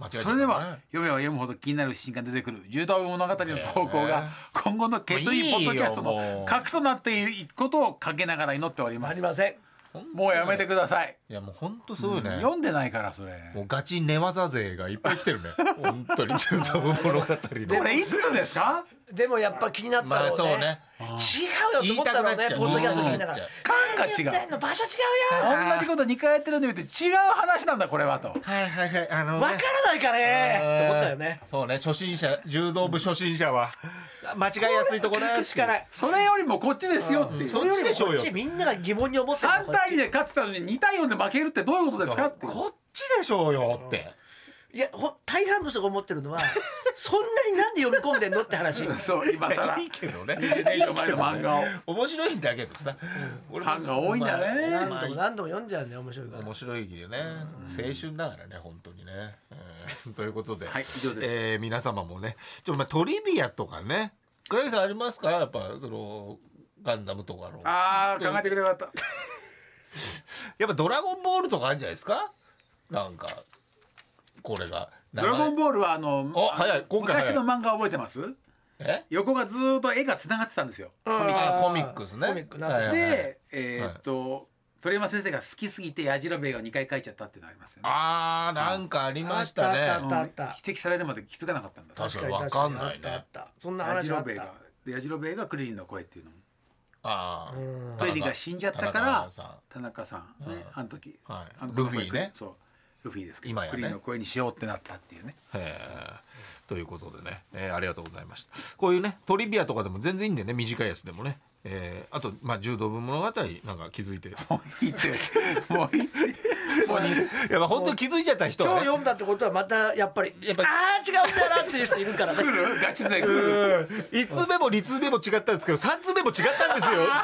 Speaker 5: ちゃったね
Speaker 4: それでは読めば読むほど気になるシーンが出てくる柔道物語の投稿
Speaker 5: だよ
Speaker 4: が
Speaker 5: ね
Speaker 4: 今後の決意ポッドキャスト
Speaker 5: もういいよも
Speaker 4: の
Speaker 5: う
Speaker 4: 核となっていくことをかけながら祈っておりま
Speaker 3: あり
Speaker 4: す
Speaker 3: ません
Speaker 4: もうやめてください
Speaker 5: いやもうほんとすごいね、
Speaker 4: 読んでないからそれ
Speaker 5: もうガチ寝技勢がいっぱい来てるね本当に中途部物語の
Speaker 4: これいつですか
Speaker 3: でもやっぱ気になった
Speaker 5: ま
Speaker 3: ろ
Speaker 5: あ
Speaker 3: うね,、
Speaker 5: そうね
Speaker 3: 違うよと思ったろうね
Speaker 5: 言いたくなっちゃう
Speaker 3: ポッドキャスト聞きながら
Speaker 5: うん
Speaker 3: 感
Speaker 4: 感
Speaker 3: 言
Speaker 4: が
Speaker 3: っ
Speaker 4: 違う
Speaker 3: てんの場所違う
Speaker 4: [LAUGHS]
Speaker 3: よ
Speaker 4: 同じこと2回やってるんで見て違う話なんだこれはと
Speaker 5: [LAUGHS] はいはいはいあの
Speaker 3: わからないかねと思ったよね
Speaker 5: そうね初心者柔道部初心者は [LAUGHS] 間違いやすいところ
Speaker 3: 聞くしかない
Speaker 4: それよりもこっちですよっていう
Speaker 5: そっちでしょう
Speaker 3: こ
Speaker 5: よ
Speaker 3: っちみんなが疑問に思って
Speaker 4: 3対2
Speaker 3: で
Speaker 4: で勝ってたのに2対4で負けるってどういうことですかって
Speaker 5: こっちでしょうよって
Speaker 3: いやほ大半の人が思ってるのはそんなになんで読み込んでんのって話
Speaker 4: そう今さら
Speaker 5: いいけどね
Speaker 4: 20年以上前の漫画を
Speaker 5: 面白いんだけどさ俺も
Speaker 4: ファンが多いんだね
Speaker 5: まあ
Speaker 3: 何
Speaker 5: まあ
Speaker 3: 度も何度も読んじゃうね面白いから
Speaker 5: 面白いよね、青春だからね本当にね、えーということで、
Speaker 4: はい以上です
Speaker 5: えー皆様もねちょっとまあトリビアとかね倉木さんありますかやっぱそのガンダムとかの
Speaker 4: ああ考えてくれなかった
Speaker 5: やっぱドラゴンボールとかあるんじゃないですかなんかこれが
Speaker 4: ドラゴン
Speaker 5: ール
Speaker 4: ボールはあの
Speaker 5: お早い今回
Speaker 4: 昔
Speaker 5: 早い
Speaker 4: の漫画覚えてます
Speaker 5: え
Speaker 4: 横がずーっと絵がつながってたんですよ
Speaker 3: うん
Speaker 5: あコミックスね
Speaker 3: コミックなんかね
Speaker 5: はいはいはい
Speaker 4: でえーっと鳥山先生が好きすぎて矢印が2回描いちゃったっていうのありますよね
Speaker 5: あーなんかありました
Speaker 3: あ
Speaker 5: ね
Speaker 3: ったあったあった
Speaker 4: 指摘されるまで気づかなかったんだ
Speaker 5: 確か
Speaker 3: 確
Speaker 5: わ
Speaker 3: 確
Speaker 5: かんな
Speaker 3: あっ
Speaker 5: いね
Speaker 3: たあったそんな
Speaker 4: ヤ
Speaker 3: 話
Speaker 4: ジ
Speaker 3: があ
Speaker 4: ロ
Speaker 3: っ
Speaker 4: ベエ
Speaker 3: た
Speaker 4: がでヤジロベエがクリリンの声っていうのも
Speaker 5: あー
Speaker 3: うん
Speaker 5: 田
Speaker 4: ク
Speaker 5: 中
Speaker 4: リリンが死んじゃった
Speaker 5: 田
Speaker 4: から
Speaker 5: 中さ
Speaker 4: 田中さんねあの時
Speaker 5: はい
Speaker 4: あの
Speaker 5: ルフィね
Speaker 4: そうルフィですけど
Speaker 5: 今やね
Speaker 4: クリリンの声にしようってなったっていうね
Speaker 5: んへーということでね、えーありがとうございましたこういうねトリビアとかでも全然いいんでね短いやつでもね、えーあと、まあ、柔道部物語なんか気 [LAUGHS] づいてい
Speaker 4: もういいってもういいって
Speaker 5: やまあ本当に気づいちゃった人
Speaker 3: 今日
Speaker 5: は、ね、
Speaker 3: 読んだってことはまたやっぱり
Speaker 5: やっぱり
Speaker 3: ああ違うんだよなっていう人いるからね
Speaker 4: ガチ勢来る
Speaker 5: 1通目も2通目も違ったんですけど3通目も違ったんですよ。 [LAUGHS]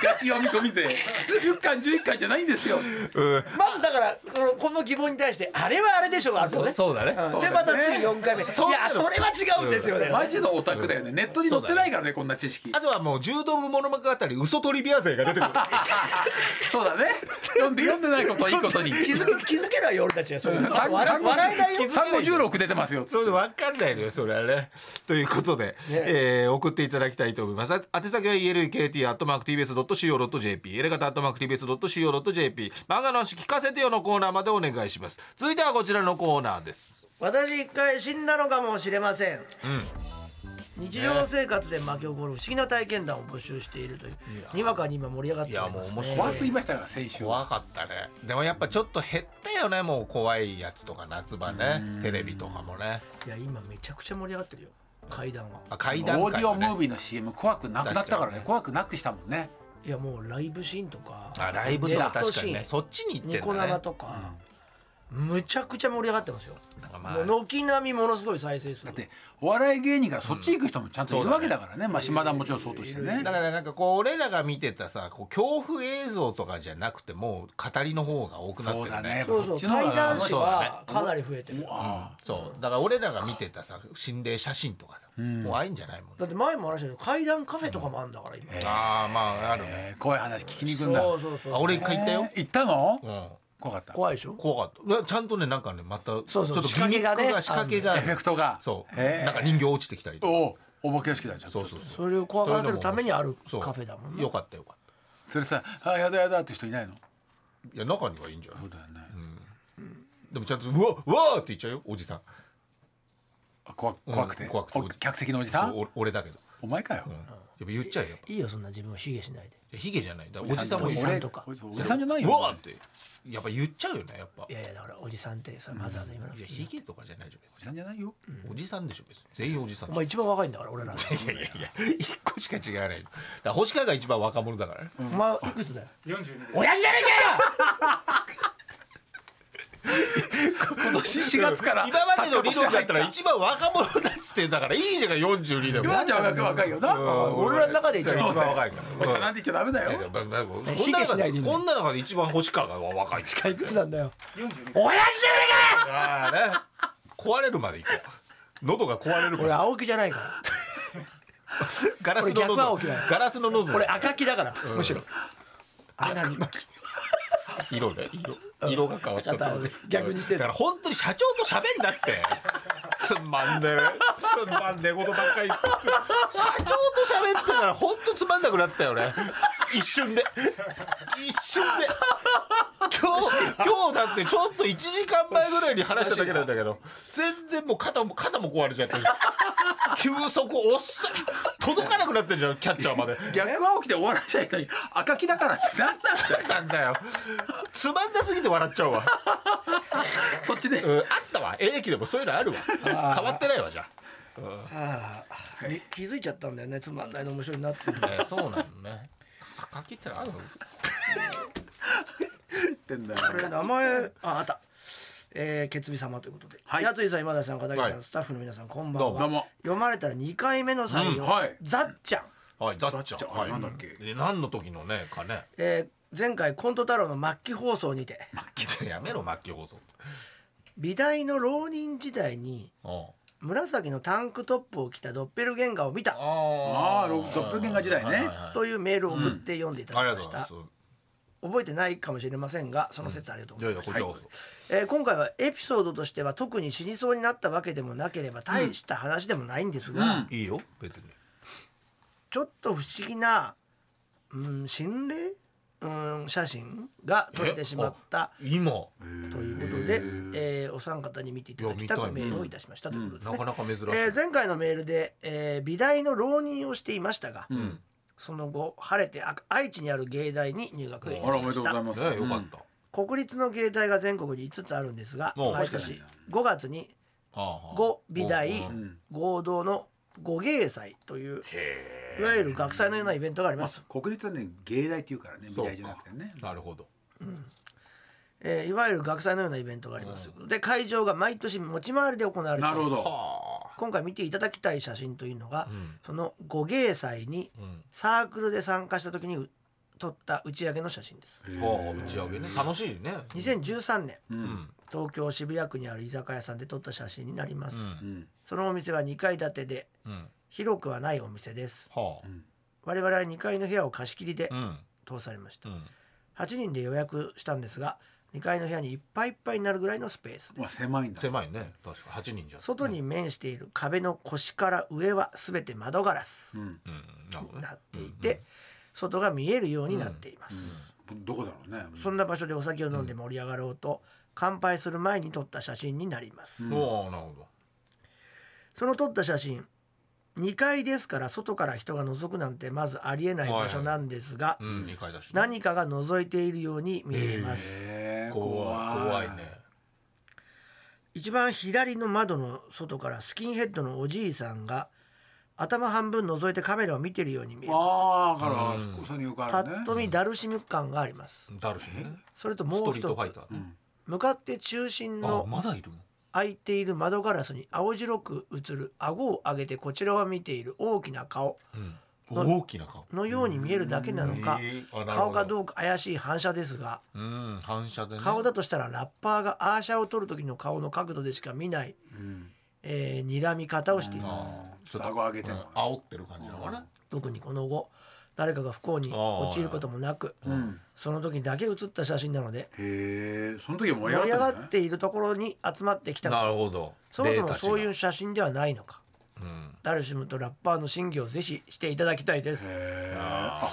Speaker 4: ガチ読み込み勢10巻11巻じゃないんですよ
Speaker 5: うん
Speaker 3: まずだからこのこの疑問に対してあれはあれでしょがあるのね
Speaker 5: そうだね。そう
Speaker 3: で
Speaker 5: だね
Speaker 3: また次4回目い
Speaker 5: そう
Speaker 3: やそれは違うんですよね
Speaker 4: マジのオタクだよねネットに載ってないからねこんな知識
Speaker 5: あとはもう柔道部物語嘘トリビア勢が出てくる。
Speaker 4: そうだね読んで読んでないことはいいことに
Speaker 3: 気づけ気づけないよ俺たちはそれ
Speaker 4: 三
Speaker 3: 笑笑えないよ
Speaker 4: 五十六出てますよ
Speaker 5: そうで分かんないのよそれはね。ということで、えー送っていただきたいと思います。あ宛先は elkt.tbs.co.jp、エレガタ .tbs.co.jp、漫画の話聞かせてよのコーナーまでお願いします。続いてはこちらのコーナーです。
Speaker 3: 私一回死んだのかもしれません、日常生活で巻き起こる不思議な体験談を募集しているというにわかに今盛り上がっております、ね、
Speaker 5: いやもう面白い
Speaker 4: 怖すぎましたから先週は
Speaker 5: 怖かったね。でもやっぱちょっと減ったよねもう怖いやつとか夏場ねテレビとかもね。
Speaker 3: いや今めちゃくちゃ盛り上がってるよ階段は
Speaker 5: あ階
Speaker 4: オ
Speaker 5: 段
Speaker 4: ーデ
Speaker 5: 階
Speaker 4: ィオ
Speaker 5: も
Speaker 4: ム
Speaker 5: ね
Speaker 4: ービーの CM 怖くなくなったからね怖くなくしたもんね
Speaker 3: いやもうライブシーンとか
Speaker 5: あライブと
Speaker 3: ネ
Speaker 5: か
Speaker 3: ット
Speaker 5: 確か
Speaker 3: シーン
Speaker 5: にねそっちに行ってんだ
Speaker 3: ニ
Speaker 5: ね。
Speaker 3: コ生とか、むちゃくちゃ盛り上がってますよ
Speaker 5: なんかまあ
Speaker 3: もう軒並みものすごい再生数
Speaker 4: だってお笑い芸人がそっち行く人もちゃんといるわけだからねまあ島田もちろんそうとしてね
Speaker 5: だからなんかこう俺らが見てたさこう恐怖映像とかじゃなくてもう語りの方が多くなって
Speaker 4: そう
Speaker 5: る
Speaker 4: だ
Speaker 5: ね
Speaker 4: ね
Speaker 3: そうそ
Speaker 4: っ
Speaker 3: う
Speaker 4: ちの方
Speaker 3: 怪
Speaker 4: が
Speaker 3: 談師はかなり増えてる
Speaker 4: あ
Speaker 5: そうだから俺らが見てたさ心霊写真とかさ、もうああいうんじゃないもん、
Speaker 3: だって前も話したけど階段カフェとかもあるんだから今、
Speaker 5: ああまああるね、
Speaker 4: えー怖い話聞きに行くんだ
Speaker 3: そうそうそう
Speaker 5: あ俺一回行ったよ
Speaker 4: え、ー行ったの
Speaker 5: うん
Speaker 4: 怖かった
Speaker 3: 怖いでしょ
Speaker 5: 怖かったいやちゃんとねなんかねまた
Speaker 3: そうそう
Speaker 5: ちょっと
Speaker 3: 仕掛けがね
Speaker 5: ギミック仕掛けが
Speaker 4: エフェクトが
Speaker 5: そう、
Speaker 4: へー
Speaker 5: なんか人形落ちてきたりとか
Speaker 4: おおお化け屋敷だよちょっと
Speaker 5: そうそうそう
Speaker 3: それを怖がらせるためにある
Speaker 5: そう
Speaker 3: カフェだもんね
Speaker 5: よかったよかっ
Speaker 4: それさあやだやだって人いないの
Speaker 5: たいや中にはいいんじゃない
Speaker 4: そうだよね
Speaker 5: でもちゃんと「うわうわ!」って言っちゃうよおじさん
Speaker 4: あ怖怖くて
Speaker 5: うん怖くて
Speaker 4: お客席のおじさ
Speaker 5: そうんお俺だけど、
Speaker 4: お前かよ
Speaker 5: うん、やっぱ言っちゃうよやっぱ
Speaker 3: いいよそんな自分を卑下しないで
Speaker 5: いやヒゲじゃないだからおじさんも
Speaker 3: お
Speaker 5: い
Speaker 3: じ
Speaker 5: る
Speaker 3: さんとか
Speaker 4: おじおじさんじゃないよ
Speaker 5: うわーってやっぱ言っちゃうよねやっぱ
Speaker 3: い
Speaker 5: い
Speaker 3: やいやだからおじさんってそれわざわざ言わなく
Speaker 5: や
Speaker 3: ていい
Speaker 5: ヒゲとかじゃないでしょ
Speaker 4: おじさんじゃないよ
Speaker 5: 別におじさんでしょ別に全員おじさん
Speaker 3: お
Speaker 5: でしょ
Speaker 3: 前一番若いんだから俺らの
Speaker 5: いやいやいや一個しか違わない [LAUGHS] だから星川が一番若者だからね
Speaker 3: お前いくつだよ
Speaker 6: 四十二です。
Speaker 3: 親父じゃね
Speaker 4: 今年4月から
Speaker 5: 今までの理論だったら
Speaker 4: 一
Speaker 5: 一番若者だっつってんだからいいじゃん42でも
Speaker 4: 番じゃ若いよな
Speaker 5: う
Speaker 4: お
Speaker 5: ん
Speaker 3: 俺らの中で一番
Speaker 5: 一番若いか
Speaker 4: じさんな
Speaker 5: ら
Speaker 4: んて言っちゃダメだ
Speaker 5: いやい
Speaker 4: よ
Speaker 5: やまあまあこんな
Speaker 3: ヒゲしないでいいん
Speaker 5: 中で
Speaker 3: だよ
Speaker 5: こんな中で一番星川が若い
Speaker 3: えかよいくつなんだよ
Speaker 6: 四十二。
Speaker 3: 親父じゃねえかよ
Speaker 5: ああね壊れるまでいこう喉が壊れるま
Speaker 3: 俺
Speaker 5: で
Speaker 3: 青木じゃないから
Speaker 5: ガラス
Speaker 3: 俺
Speaker 5: の
Speaker 3: 逆青木
Speaker 5: 喉
Speaker 3: だよ
Speaker 5: ガラスの喉
Speaker 3: 俺赤木だからむしろあ何
Speaker 5: 色で色色が変わっちゃった
Speaker 3: うん逆にしてる
Speaker 5: だから本当に社長と喋ん
Speaker 3: [LAUGHS]
Speaker 5: だってつまんねえつまんねえことばっかり言って社長と喋ってたら本当つまんなくなったよね一瞬で一瞬で今日今日だってちょっと1時間前ぐらいに話しただけなんだけど全然もう肩も肩も壊れちゃってる球速おっさい届かなくなってんじゃんキャッチャーまで
Speaker 4: 逆は起きて終わらせたいのに赤木だからってなんなんだよ
Speaker 5: なんだよつまんなすぎて笑っちゃうわ、
Speaker 4: そっちで、
Speaker 5: うん、あったわエレキでもそういうのあるわ変わってないわじゃ
Speaker 3: ああ気づいちゃったんだよねつまんないの面白いなって
Speaker 5: あ、えそうなのね赤木ってのある
Speaker 4: ってんだよ
Speaker 3: これ名前ああったえー、ケツビ様ということで、
Speaker 4: はい
Speaker 3: やついさん今田さん片桐さん、
Speaker 5: はい
Speaker 3: スタッフの皆さんこんばんは
Speaker 4: どうも
Speaker 3: 読まれたら2回目の採用、
Speaker 4: うんはい
Speaker 3: ざっちゃん、
Speaker 5: はいザッチ
Speaker 4: ザッ
Speaker 5: ャ
Speaker 4: チ
Speaker 5: ン
Speaker 4: ャン
Speaker 5: はい
Speaker 4: なんだっけ
Speaker 5: え何の時のねかね
Speaker 3: えー、前回コント太郎の末期放送にて
Speaker 5: やめろ末期放送
Speaker 3: 美大の浪人時代に
Speaker 5: うん
Speaker 3: 紫のタンクトップを着たドッペルゲンガーを見た
Speaker 4: あ
Speaker 5: あ
Speaker 4: ーロドッペルゲンガー時代ね
Speaker 5: はいはいはい
Speaker 3: というメールを送って読んでいた
Speaker 5: あり
Speaker 3: だ
Speaker 5: が
Speaker 3: き
Speaker 5: と
Speaker 3: ま
Speaker 5: う
Speaker 3: し
Speaker 5: ございま
Speaker 3: た
Speaker 5: す、
Speaker 3: 覚えてないかもしれませんがその説ありがとうご
Speaker 5: い
Speaker 3: ざ
Speaker 5: や
Speaker 3: い
Speaker 5: いや
Speaker 3: ま
Speaker 5: こ
Speaker 3: す、
Speaker 5: ちらこ
Speaker 3: えー今回はエピソードとしては特に死にそうになったわけでもなければ大した話でもないんですが、
Speaker 4: うん
Speaker 5: そいいよ別に
Speaker 3: ちょっと不思議な、うん、心霊、うん、写真が撮れてしまった
Speaker 5: 今
Speaker 3: ということで、えーお三方に見ていただきた
Speaker 5: いや
Speaker 3: くメ
Speaker 5: 見たい
Speaker 3: ールをいたしましたということです
Speaker 5: な
Speaker 3: ね。
Speaker 5: かなか珍しい、
Speaker 3: えー前回のメールで、えー美大の浪人をしていましたが、
Speaker 4: ん
Speaker 3: その後晴れてあ愛知にある芸大に入学し
Speaker 4: あらおめ
Speaker 3: ま
Speaker 4: でとうご
Speaker 3: し
Speaker 4: ざい
Speaker 3: た
Speaker 4: ます、
Speaker 5: ねよかった、あ
Speaker 3: 国立の芸大が全国に5つあるんですが
Speaker 5: お
Speaker 3: 毎
Speaker 5: 確
Speaker 3: 年5月に
Speaker 5: あ
Speaker 3: 五美大
Speaker 5: うん
Speaker 4: ん
Speaker 3: 合同の五芸祭といういわゆる学祭のようなイベントがあります、
Speaker 4: 国立はね芸大っていうからね美
Speaker 5: そうか
Speaker 4: 大じゃなくてね
Speaker 5: なるほど
Speaker 3: えーいわゆる学祭のようなイベントがありますということで会場が毎年持ち回りで行われて
Speaker 4: なるほど
Speaker 5: は
Speaker 3: 今回見ていただきたい写真というのが、
Speaker 5: あうん
Speaker 3: その五芸祭に
Speaker 5: うん
Speaker 3: サークルで参加した時にう撮った打ち上げの写真です
Speaker 5: はあ打ち上げね楽しいね
Speaker 3: 2013年
Speaker 4: う
Speaker 5: うんん
Speaker 3: 東京渋谷区にある居酒屋さんで撮った写真になります、
Speaker 5: うん
Speaker 4: うん
Speaker 3: そのお店は2階建てで
Speaker 5: うん
Speaker 3: 広くはないお店です
Speaker 5: は
Speaker 3: 我々は2階の部屋を貸し切りで
Speaker 5: あうん
Speaker 3: 通されました
Speaker 5: うん
Speaker 3: 8人で予約したんですが2階の部屋にいっぱいいっぱいになるぐらいのスペース
Speaker 4: まあ狭いんだ
Speaker 5: 狭いね確か八人じゃ
Speaker 3: 外に面している壁の腰から上は全て窓ガラス
Speaker 4: うん
Speaker 5: うんなるほど
Speaker 3: に
Speaker 5: ね
Speaker 3: なっていて外が見えるようになっています、
Speaker 4: どこだろうね
Speaker 3: そんな場所でお酒を飲んで盛り上がろうと乾杯する前に撮った写真になります、
Speaker 4: うん
Speaker 5: おおなるほど
Speaker 3: その撮った写真2階ですから外から人が覗くなんてまずありえない場所なんですが、
Speaker 5: うん二階だしね
Speaker 3: 何かが覗いているように見えます、
Speaker 4: えー
Speaker 5: 怖い怖いね
Speaker 3: 一番左の窓の外からスキンヘッドのおじいさんが頭半分覗いてカメラを見てるように見えま
Speaker 4: ああだから、
Speaker 5: うん
Speaker 4: こうそれよく
Speaker 3: す
Speaker 4: あ
Speaker 3: パ
Speaker 4: るね
Speaker 3: ッと見ダルシム感があります
Speaker 5: だるしね
Speaker 3: それと
Speaker 5: ス
Speaker 3: も
Speaker 5: ト
Speaker 3: う
Speaker 5: リ
Speaker 3: 一
Speaker 5: ートファイ
Speaker 3: つ
Speaker 5: ター
Speaker 4: う
Speaker 5: ね
Speaker 4: ん
Speaker 3: 向かって中心
Speaker 5: あ
Speaker 3: の
Speaker 5: まだいるの
Speaker 3: 開いている窓ガラスに青白く映る顎を上げてこちらを見ている大きな顔
Speaker 5: うん
Speaker 3: な
Speaker 5: 大きな顔
Speaker 3: のように見えるだけなのか
Speaker 5: えーあなる
Speaker 3: 顔
Speaker 5: ほ
Speaker 3: か
Speaker 5: う
Speaker 3: どうか怪しい反射ですが
Speaker 5: うん反射でね
Speaker 3: 顔だとしたらラッパーがアーシャを撮る時の顔の角度でしか見ない、
Speaker 4: ん
Speaker 3: えー睨み方をしています
Speaker 5: あーちょっと
Speaker 4: 顎上げて
Speaker 5: うん
Speaker 4: の
Speaker 5: 煽ってる感じなのかな
Speaker 3: 特にこの後誰かが不幸に陥ることもなく、
Speaker 4: うん
Speaker 3: その時にだけ写った写真なので
Speaker 4: へえその時は盛り
Speaker 3: 盛り
Speaker 4: 上が
Speaker 3: 上が
Speaker 4: ってるんだ
Speaker 3: っ
Speaker 4: ね
Speaker 3: ているところに集まってきたの
Speaker 5: な
Speaker 3: か
Speaker 5: るほど
Speaker 3: そもそもそういう
Speaker 5: 霊たち
Speaker 3: 写真ではないのか
Speaker 5: がうん
Speaker 3: ダルシムとラッパーの審議をぜひしていただきたいです
Speaker 4: へーあ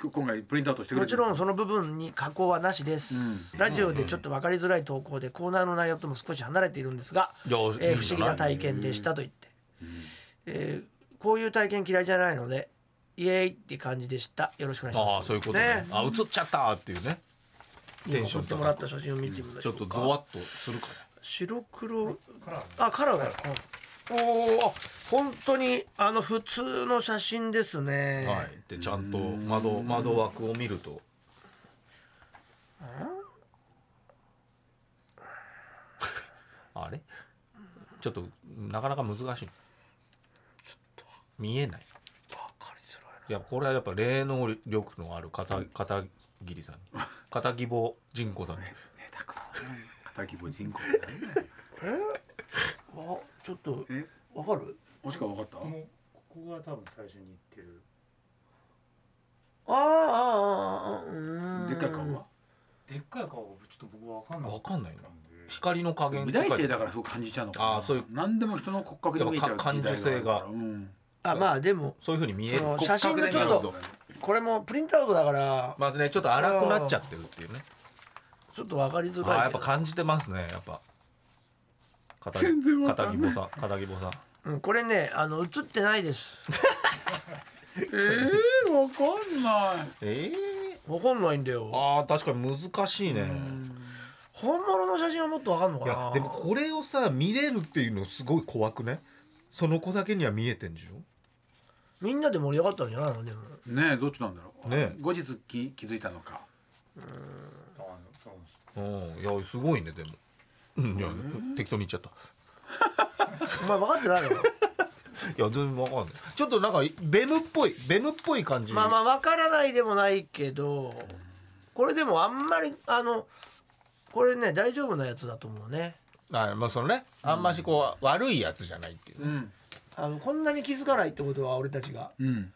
Speaker 4: 今日今回プリントアウトしてく
Speaker 3: も
Speaker 4: れて
Speaker 3: ち
Speaker 4: る
Speaker 3: ろんその部分に加工はなしです、ラジオでちょっと分かりづらい投稿でコーナーの内容とも少し離れているんですが、
Speaker 5: いや
Speaker 3: えー
Speaker 5: いいん
Speaker 3: 不
Speaker 5: じ
Speaker 3: 思議
Speaker 5: ゃない
Speaker 3: な体験でしたと言って、えーこういう体験嫌いじゃないのでイエーイって感じでしたよろしくお願いします
Speaker 5: ああそういうことね
Speaker 3: ね
Speaker 5: あ映っちゃったっていうねテンシ
Speaker 3: 送
Speaker 5: ョ
Speaker 3: っ
Speaker 5: ン
Speaker 3: て
Speaker 5: 高く
Speaker 3: もらった写真を見てみまし
Speaker 5: ち
Speaker 3: ょ
Speaker 5: ょ
Speaker 3: う
Speaker 5: っ
Speaker 3: か
Speaker 5: とゾワッとするか
Speaker 3: 白黒
Speaker 6: カラー
Speaker 3: あカラーだよ、うんおーあ本当にあの普通の写真ですね、
Speaker 5: なはいでちゃんと窓窓枠を見るとあれちょっとなかなか難しい見えない
Speaker 3: 分かりづらい
Speaker 5: いやこれはやっぱ霊能力のある片片桐さんに片義母仁子さんに
Speaker 4: 下手くそだな敵母人口
Speaker 3: あちょっと
Speaker 4: え
Speaker 3: わかる
Speaker 4: もしか分かった
Speaker 6: このここが多分最初に言ってる
Speaker 3: あーあーあーあーうーん
Speaker 4: でっかい顔は
Speaker 6: でっかい顔がちょっと僕わかんない
Speaker 5: わかんないな
Speaker 6: で
Speaker 5: 光の加減
Speaker 4: 美
Speaker 5: とか
Speaker 4: 大
Speaker 5: で
Speaker 4: 生だからそう感じちゃうのかな
Speaker 5: あーそういう
Speaker 4: 何でも人の骨格で見えちゃう
Speaker 5: やっぱ感
Speaker 4: 時代
Speaker 5: 感受性が
Speaker 4: あるからうん
Speaker 3: あまあでも
Speaker 5: そういう風に見える
Speaker 3: その
Speaker 5: 骨
Speaker 3: 写
Speaker 5: 格
Speaker 3: 真の
Speaker 5: で
Speaker 3: ちょっ
Speaker 5: なるほ
Speaker 3: と
Speaker 5: ど
Speaker 3: これもプリントアウトだから
Speaker 5: まずねちょっと荒くなっちゃってるっていうね
Speaker 3: ちょっとわかりづ
Speaker 5: あー
Speaker 3: ら
Speaker 5: や
Speaker 3: い
Speaker 5: っ
Speaker 3: け
Speaker 5: ぱ
Speaker 3: ど
Speaker 5: 感じてますねやっぱ片
Speaker 4: 全然わか
Speaker 5: 片
Speaker 4: ん
Speaker 5: 木
Speaker 4: な
Speaker 5: 坊
Speaker 4: い
Speaker 5: さん片木坊さん
Speaker 3: うん、これねあの映ってない
Speaker 5: [LAUGHS]
Speaker 3: です
Speaker 4: ええわかんない
Speaker 5: ええ
Speaker 3: わかんないんだよ
Speaker 5: あー確かに難しいね
Speaker 3: 本物の写真はもっとわかんの
Speaker 5: い
Speaker 3: か
Speaker 5: や
Speaker 3: な
Speaker 5: でもこれをさ見れるっていうのすごい怖くねその子だけには見えてんでしょ
Speaker 3: みんなで盛り上がったんじゃないのでも
Speaker 4: ねえどっちなんだろう、
Speaker 5: ねえ
Speaker 4: 後日き気づいたのか
Speaker 6: そうなんです
Speaker 5: うんいやすごいねでもうんいや適当に言っちゃった
Speaker 3: お前分かってないの
Speaker 5: いや全然わかんないちょっとなんかベムっぽいベムっぽい感じ
Speaker 3: まあまあ分からないでもないけどこれでもあんまりあのこれね大丈夫なやつだと思うね
Speaker 5: あまあそのねあんましこう悪いやつじゃないっていう
Speaker 4: う
Speaker 5: ね
Speaker 4: ん
Speaker 3: あのこんなに気づかないってことは俺たちが
Speaker 4: うん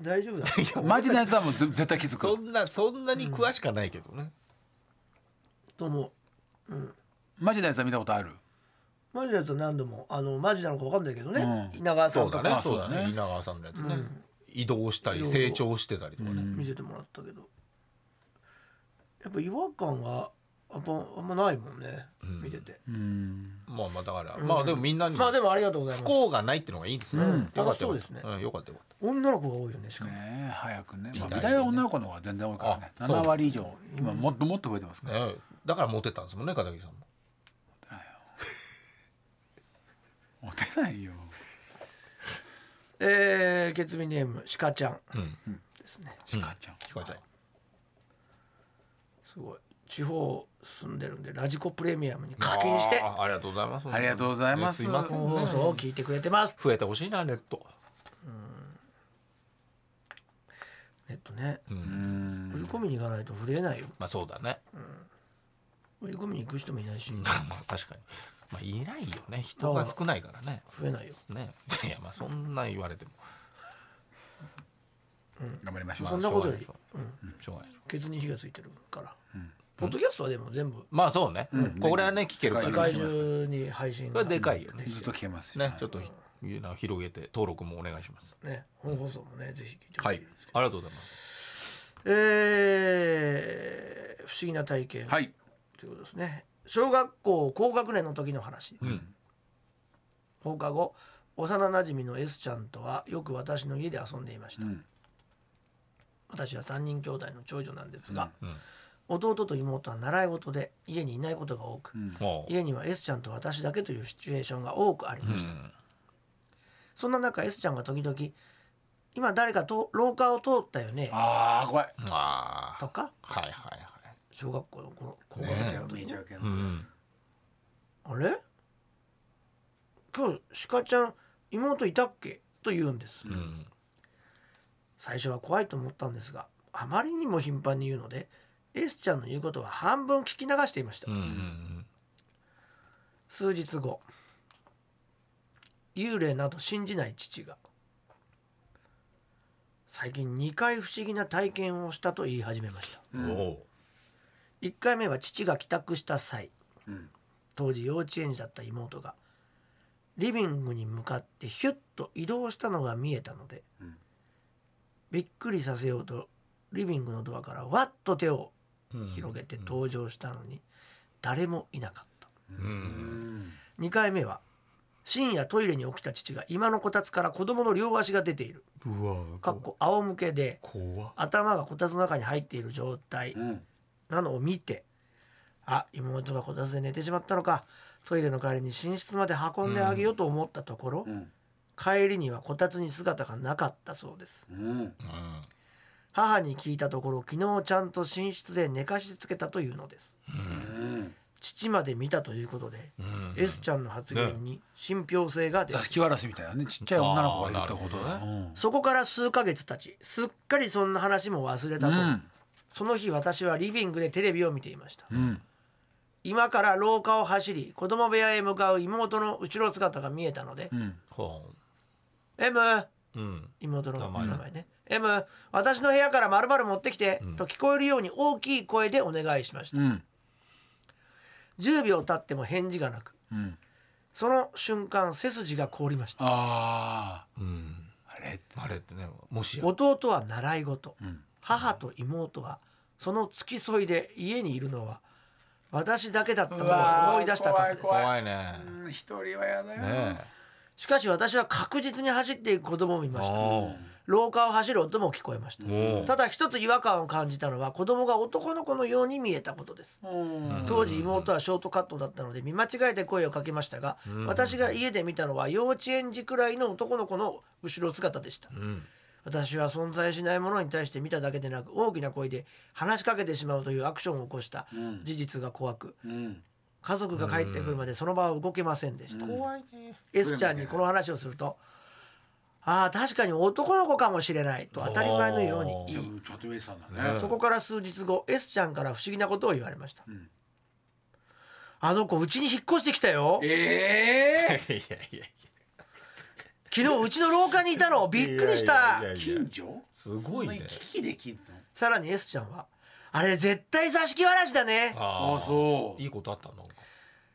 Speaker 3: 大丈夫だ
Speaker 5: [LAUGHS]
Speaker 4: マジなやつはもうぜ絶対気づ
Speaker 5: そ
Speaker 4: く
Speaker 5: んなそんなに詳しくはないけどね
Speaker 3: と思う
Speaker 4: マジなやつは見たことある
Speaker 3: マジなやつは何度もあのマジなのか分かんないけどね、
Speaker 4: うん
Speaker 3: 稲川さ
Speaker 5: そ
Speaker 3: ん
Speaker 5: う
Speaker 3: と
Speaker 5: だ
Speaker 3: か
Speaker 5: ね
Speaker 4: あ
Speaker 5: そ
Speaker 4: そうう
Speaker 5: だ
Speaker 4: だね
Speaker 5: ね稲川さんのやつね移動したり成長してたりとかね
Speaker 3: 見せてもらったけど、やっぱ違和感がやっぱあんまないもんね、見てて
Speaker 4: うん
Speaker 5: まあまあだからまあでもみんなに
Speaker 3: まあでもありがとうござい
Speaker 5: 不
Speaker 3: ます
Speaker 5: 幸がないっていうのがいいですね
Speaker 3: うん
Speaker 5: よかったよかった
Speaker 3: 楽しそうですね
Speaker 5: んよかったよかっ
Speaker 3: 女の子が多いよねしかも、
Speaker 4: ねえ早くね、
Speaker 5: い
Speaker 4: ま
Speaker 5: 大
Speaker 4: あ、
Speaker 5: 事
Speaker 4: 美大は女の子の方が全然多いからね
Speaker 5: あそう
Speaker 4: 7割以上今もっともっと増えてますか
Speaker 5: た
Speaker 4: ら、
Speaker 5: ねだからモテたんですもんね片桐さんも
Speaker 4: モテないよ
Speaker 3: えー、ケツミネームシカちゃんですね、
Speaker 4: シカちゃん、
Speaker 5: ひかちゃん
Speaker 3: すごい地方住んでるんでラジコプレミアムに課金して
Speaker 5: あーありがとうございます
Speaker 4: ありがとうございます
Speaker 5: ねすいません
Speaker 3: 放送を聞いてくれてます
Speaker 5: 増えてほしいなネット
Speaker 3: えっとね
Speaker 4: うん
Speaker 3: 振り込みに行かないと触れないよ
Speaker 5: まあそうだね
Speaker 3: 振り込みに行く人もいないし
Speaker 5: まあまあ [LAUGHS] 確かにまあいないよね人が少ないからね
Speaker 3: 増えないよ
Speaker 5: ねいやまあそんなん言われても
Speaker 4: 頑張りましょう、
Speaker 3: そんなことより
Speaker 5: しょしょうがないでしょ
Speaker 3: ケツに火がついてるから、ポッドキャストはでも全部
Speaker 5: まあそうねこれはね聞けるか
Speaker 3: 世
Speaker 5: ら
Speaker 3: 界中に配信
Speaker 5: これはでかいよね
Speaker 4: ずっと消えますし
Speaker 5: ねちょっと広げて登録もお願いします
Speaker 3: ね本放送もねぜひ聞いてほ
Speaker 5: は
Speaker 3: しい、
Speaker 5: いありがとうございます
Speaker 3: えー不思議な体験
Speaker 4: はい
Speaker 3: ということですね、小学校高学年の時の話、
Speaker 5: ん
Speaker 3: 放課後幼なじみの S ちゃんとはよく私の家で遊んでいました、
Speaker 4: うん
Speaker 3: 私は3人兄弟の長女なんですが、
Speaker 5: うんうん
Speaker 3: 弟と妹は習い事で家にいないことが多く、
Speaker 4: うん
Speaker 5: もう
Speaker 3: 家には S ちゃんと私だけというシチュエーションが多くありました、
Speaker 5: うん
Speaker 3: そんな中 S ちゃんが時々「今誰かと廊下を通ったよね
Speaker 4: ああ怖い」
Speaker 5: ま
Speaker 3: と
Speaker 5: あ
Speaker 3: か
Speaker 5: はいはいはい
Speaker 3: 小学校のこの高学年の時に
Speaker 6: け
Speaker 5: うん
Speaker 3: あれ今日鹿ちゃん妹いたっけと言うんです、
Speaker 5: うん
Speaker 3: 最初は怖いと思ったんですがあまりにも頻繁に言うので S ちゃんの言うことは半分聞き流していました、
Speaker 5: うんうん
Speaker 3: 数日後幽霊など信じない父が最近2回不思議な体験をしたと言い始めました
Speaker 5: うんおう
Speaker 3: 1回目は父が帰宅した際、
Speaker 4: ん
Speaker 3: 当時幼稚園児だった妹がリビングに向かってヒュッと移動したのが見えたので、びっくりさせようとリビングのドアからわっと手を広げて登場したのに誰もいなかった、2回目は深夜トイレに起きた父が今のこたつから子供の両足が出ている
Speaker 5: うわ
Speaker 3: かっこ仰向けで
Speaker 5: 怖っ
Speaker 3: 頭がこたつの中に入っている状態、
Speaker 4: うん
Speaker 3: なのを見てあ妹がこたつで寝てしまったのかトイレの代わりに寝室まで運んであげようと思ったところ、
Speaker 4: ん
Speaker 3: 帰りにはこたつに姿がなかったそうです
Speaker 4: うん
Speaker 5: うん
Speaker 3: 母に聞いたところ昨日ちゃんと寝室で寝かしつけたというのです
Speaker 4: うん
Speaker 3: 父まで見たということで、
Speaker 5: うん
Speaker 3: S ちゃんの発言に信憑性が出
Speaker 4: 座
Speaker 3: た、
Speaker 4: 敷わらしみたいなねちっちゃい女の子がいるってこと
Speaker 5: あーな
Speaker 4: だ
Speaker 5: るほ
Speaker 4: ね
Speaker 3: そこから数ヶ月経ちすっかりそんな話も忘れた
Speaker 4: う
Speaker 3: と、
Speaker 4: ん
Speaker 3: その日私はリビングでテレビを見ていました
Speaker 4: うん
Speaker 3: 今から廊下を走り子供部屋へ向かう妹の後ろ姿が見えたので
Speaker 4: うん
Speaker 5: ほ
Speaker 3: M
Speaker 5: ううん
Speaker 3: 妹の名前
Speaker 5: 名前
Speaker 3: ね
Speaker 5: ね
Speaker 3: M 私の部屋からまるまる持ってきて、と聞こえるように大きい声でお願いしました、
Speaker 4: うん
Speaker 3: 10秒経っても返事がなく
Speaker 4: うん
Speaker 3: その瞬間背筋が凍りました
Speaker 4: あ
Speaker 5: うん
Speaker 4: ああれって
Speaker 5: あれってねもしや
Speaker 3: 弟は習い事、
Speaker 4: ん
Speaker 3: 母と妹はその付き添いで家にいるのは私だけだったのを思い出したからです
Speaker 4: うわー怖
Speaker 5: 怖いね
Speaker 4: うん一人はやだよ
Speaker 5: ね
Speaker 3: しかし私は確実に走っていく子供もいました
Speaker 5: お
Speaker 3: 廊下を走る音も聞こえました
Speaker 5: お
Speaker 3: ただ一つ違和感を感じたのは子供が男の子のように見えたことです
Speaker 4: うん
Speaker 3: 当時妹はショートカットだったので見間違えて声をかけましたが私が家で見たのは幼稚園児くらいの男の子の後ろ姿でした
Speaker 5: うん
Speaker 3: 私は存在しないものに対して見ただけでなく大きな声で話しかけてしまうというアクションを起こした
Speaker 4: うん
Speaker 3: 事実が怖く
Speaker 4: うん
Speaker 3: 家族が帰ってくるまでその場は動けませんでした、
Speaker 5: 怖いね
Speaker 3: S ちゃんにこの話をすると「ああ確かに男の子かもしれない」と当たり前のように言い
Speaker 4: ちょっと上さんだね
Speaker 3: そこから数日後 S ちゃんから不思議なことを言われました、
Speaker 4: ん
Speaker 3: あの子うちに引っ越してきたよ
Speaker 4: ええ
Speaker 5: [LAUGHS] いやいやいや
Speaker 3: 昨日うちの廊下にいたのびっくりした
Speaker 5: いやいやいや
Speaker 4: 近所
Speaker 5: すごいね
Speaker 4: 行き来できんの
Speaker 3: さらに S ちゃんは「あれ絶対座敷わらしだね
Speaker 5: あ
Speaker 4: あそう
Speaker 5: いいことあったのなんか